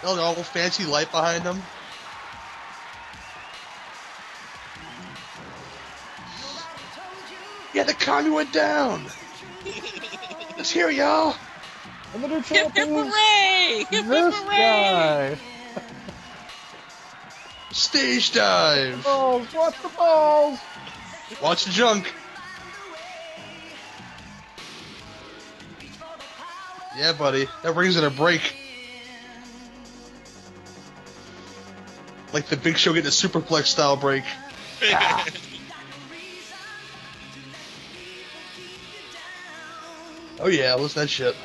Oh, they're all fancy light behind them. Yeah, the commie went down. Let's hear y'all. And the new Hip hip champion is hooray! Hip hip this guy. hooray! Stage dive. Balls, watch the balls. Watch the junk. Yeah, buddy. That brings in a break. Like the Big Show getting a superplex style break. [laughs] Oh yeah, listen to that shit.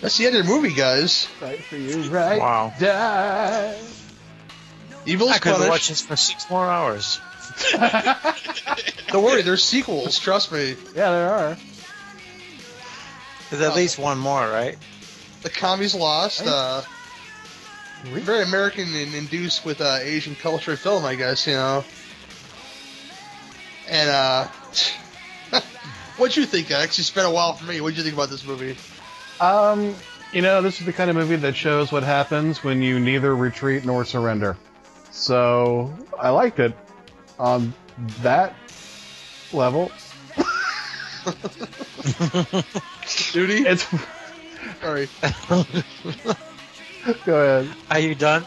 That's the end of the movie, guys. Right for you, right? Wow. Die. Evil I is could watch punished. this for six more hours. Don't worry, there's sequels. Trust me. Yeah, there are. Oh. There's at least one more, right? [laughs] The commies lost. Uh, Very American and induced with uh, Asian culture film, I guess, you know. And, uh, [laughs] what'd you think, Alex? It's been a while for me. What'd you think about this movie? Um, you know, this is the kind of movie that shows what happens when you neither retreat nor surrender. So I liked it on that level. Duty? It's [laughs] sorry. go ahead. Are you done?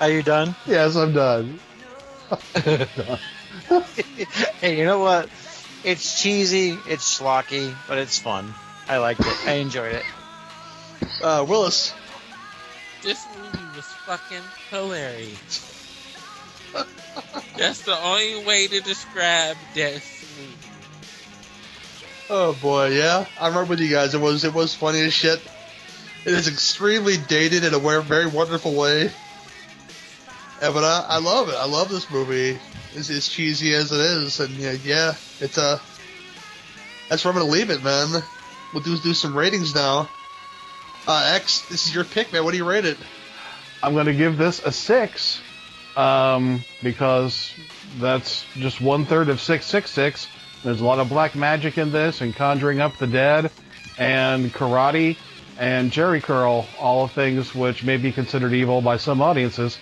Are you done? Yes, I'm done. hey, you know what? It's cheesy, it's schlocky, but it's fun. I liked it. I enjoyed it. Uh, Willis. This movie was fucking hilarious. That's the only way to describe this movie. Oh boy, yeah. I remember with you guys. It was it was funny as shit. It is extremely dated in a wa- very wonderful way. Yeah, but I, I love it. I love this movie. It's as cheesy as it is, and yeah, yeah it's a. That's where I'm gonna leave it, man. We'll do do some ratings now. Uh, X, this is your pick, man. What do you rate it? I'm going to give this a six um, because that's just one third of 666. There's a lot of black magic in this and conjuring up the dead and karate and jerry curl, all things which may be considered evil by some audiences.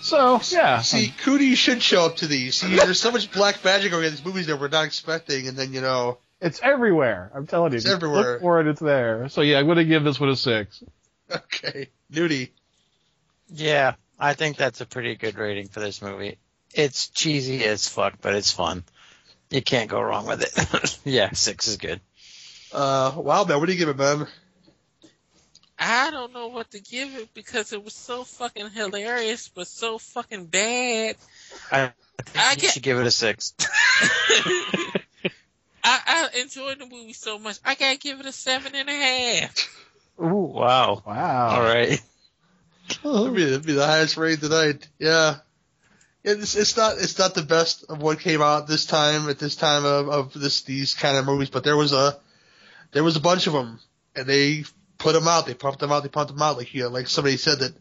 So, yeah. See, Cootie should show up to these. See, there's so much black magic over these movies that we're not expecting, and then you know. [laughs] It's everywhere. I'm telling you. It's everywhere. Look for it. It's there. So yeah, I'm going to give this one a six. Okay, Nudie. Yeah, I think that's a pretty good rating for this movie. It's cheesy as fuck, but it's fun. You can't go wrong with it. [laughs] yeah, six is good. Uh, wow, man, what do you give it, man? I don't know what to give it because it was so fucking hilarious, but so fucking bad. [laughs] I think I you get- should give it a six. I, I enjoyed the movie so much. I gotta give it a seven and a half. Ooh, wow. Wow. All right. [laughs] That'd be, that'd be the highest rating tonight. Yeah. It's, it's not it's not the best of what came out this time at this time of, of this these kind of movies, but there was a there was a bunch of them, and they put them out. They pumped them out. They pumped them out. Like you know, like somebody said that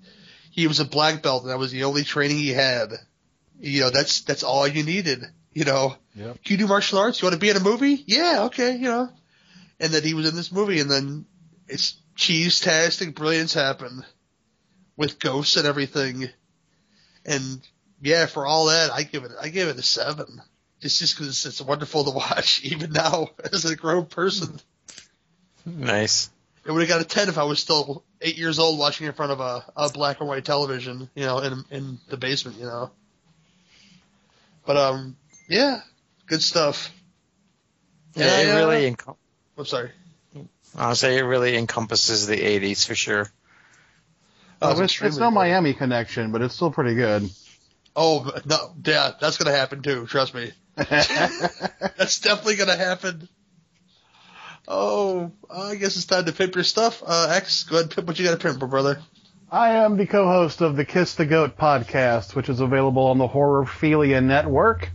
he was a black belt, and that was the only training he had. You know, that's that's all you needed. You know, Yep. you do martial arts? You want to be in a movie? Yeah, okay, you know. And then he was in this movie, and then it's cheese tastic brilliance happened with ghosts and everything. And yeah, for all that, I give it I give it a seven. It's just because it's wonderful to [laughs] watch, even now as a grown person. Nice. It would have got a ten if I was still eight years old watching in front of a, a black and white television, you know, in in the basement, you know. But um, yeah, good stuff. Yeah, Yeah, it yeah. really. Enco- I'm sorry. I'll say it really encompasses the '80s for sure. That was Uh, Oh, it's, it's extremely no good. Miami connection, but it's still pretty good. Oh no, yeah, that's gonna happen too. Trust me, that's definitely gonna happen. Oh, I guess it's time to pimp your stuff. Uh, X, go ahead, and pimp what you got to pimp, my brother. I am the co-host of the Kiss the Goat podcast, which is available on the Horrorphilia Network.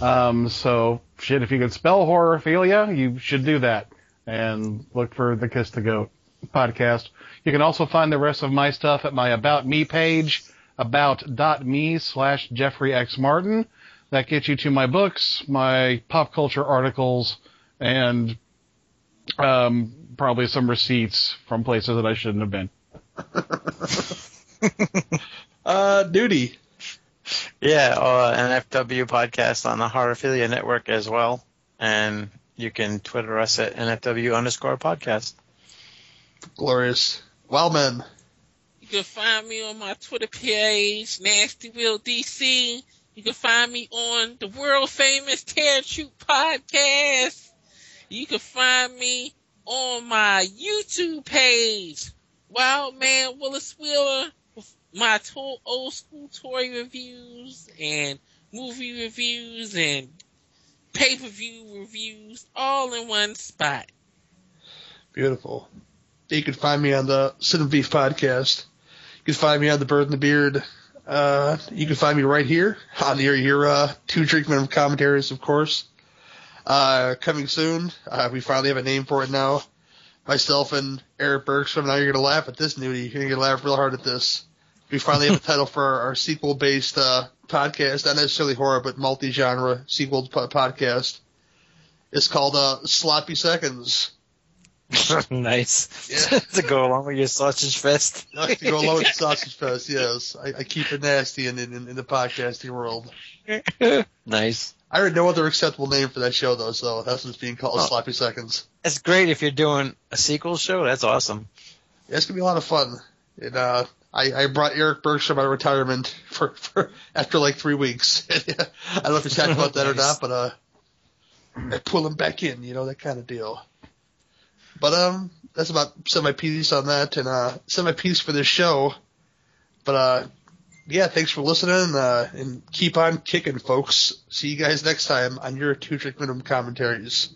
Um, so, shit, if you can spell Horrorphilia, you should do that and look for the Kiss the Goat podcast. You can also find the rest of my stuff at my About Me page, about.me slash Jeffrey X Martin. That gets you to my books, my pop culture articles, and um, probably some receipts from places that I shouldn't have been. Uh, duty. Yeah, uh, an FW podcast on the Horrorphilia Network as well, and you can Twitter us at NFW underscore podcast. Glorious. Wow, man. You can find me on my Twitter page, Nasty Will DC. You can find me on the world famous Tear and Shoot podcast. You can find me on my YouTube page, Wild Man Willis Wheeler, with my to- old school toy reviews and movie reviews and pay per view reviews, all in one spot. Beautiful. You can find me on the Sin and Beef podcast. You can find me on the Bird and the Beard. Uh, you can find me right here on your your uh, two drink minimum commentaries, of course. Uh, coming soon. Uh, we finally have a name for it now. Myself and Eric Bergstrom. Now you're gonna laugh at this nudie. You're gonna laugh real hard at this. We finally have a title for our, our sequel-based uh, podcast, not necessarily horror, but multi-genre sequel po- podcast. It's called uh, Sloppy Seconds. [laughs] nice. [laughs] to go along with your sausage [laughs] fest. I to go along with the Sausage Fest, yes. I, I keep it nasty in, in, in the podcasting world. nice. I heard no other acceptable name for that show, though, so that's what's being called Sloppy Seconds. That's great if you're doing a sequel show. That's awesome. Yeah, it's going to be a lot of fun. And uh, I, I brought Eric Bergstrom out of retirement for, for after like three weeks. [laughs] I don't know if he's happy about that or not, but uh, I pull him back in, you know, that kind of deal. But um, that's about semi piece on that, and uh, semi piece for this show. But uh, yeah, thanks for listening, uh, and keep on kicking, folks. See you guys next time on your two trick minimum commentaries.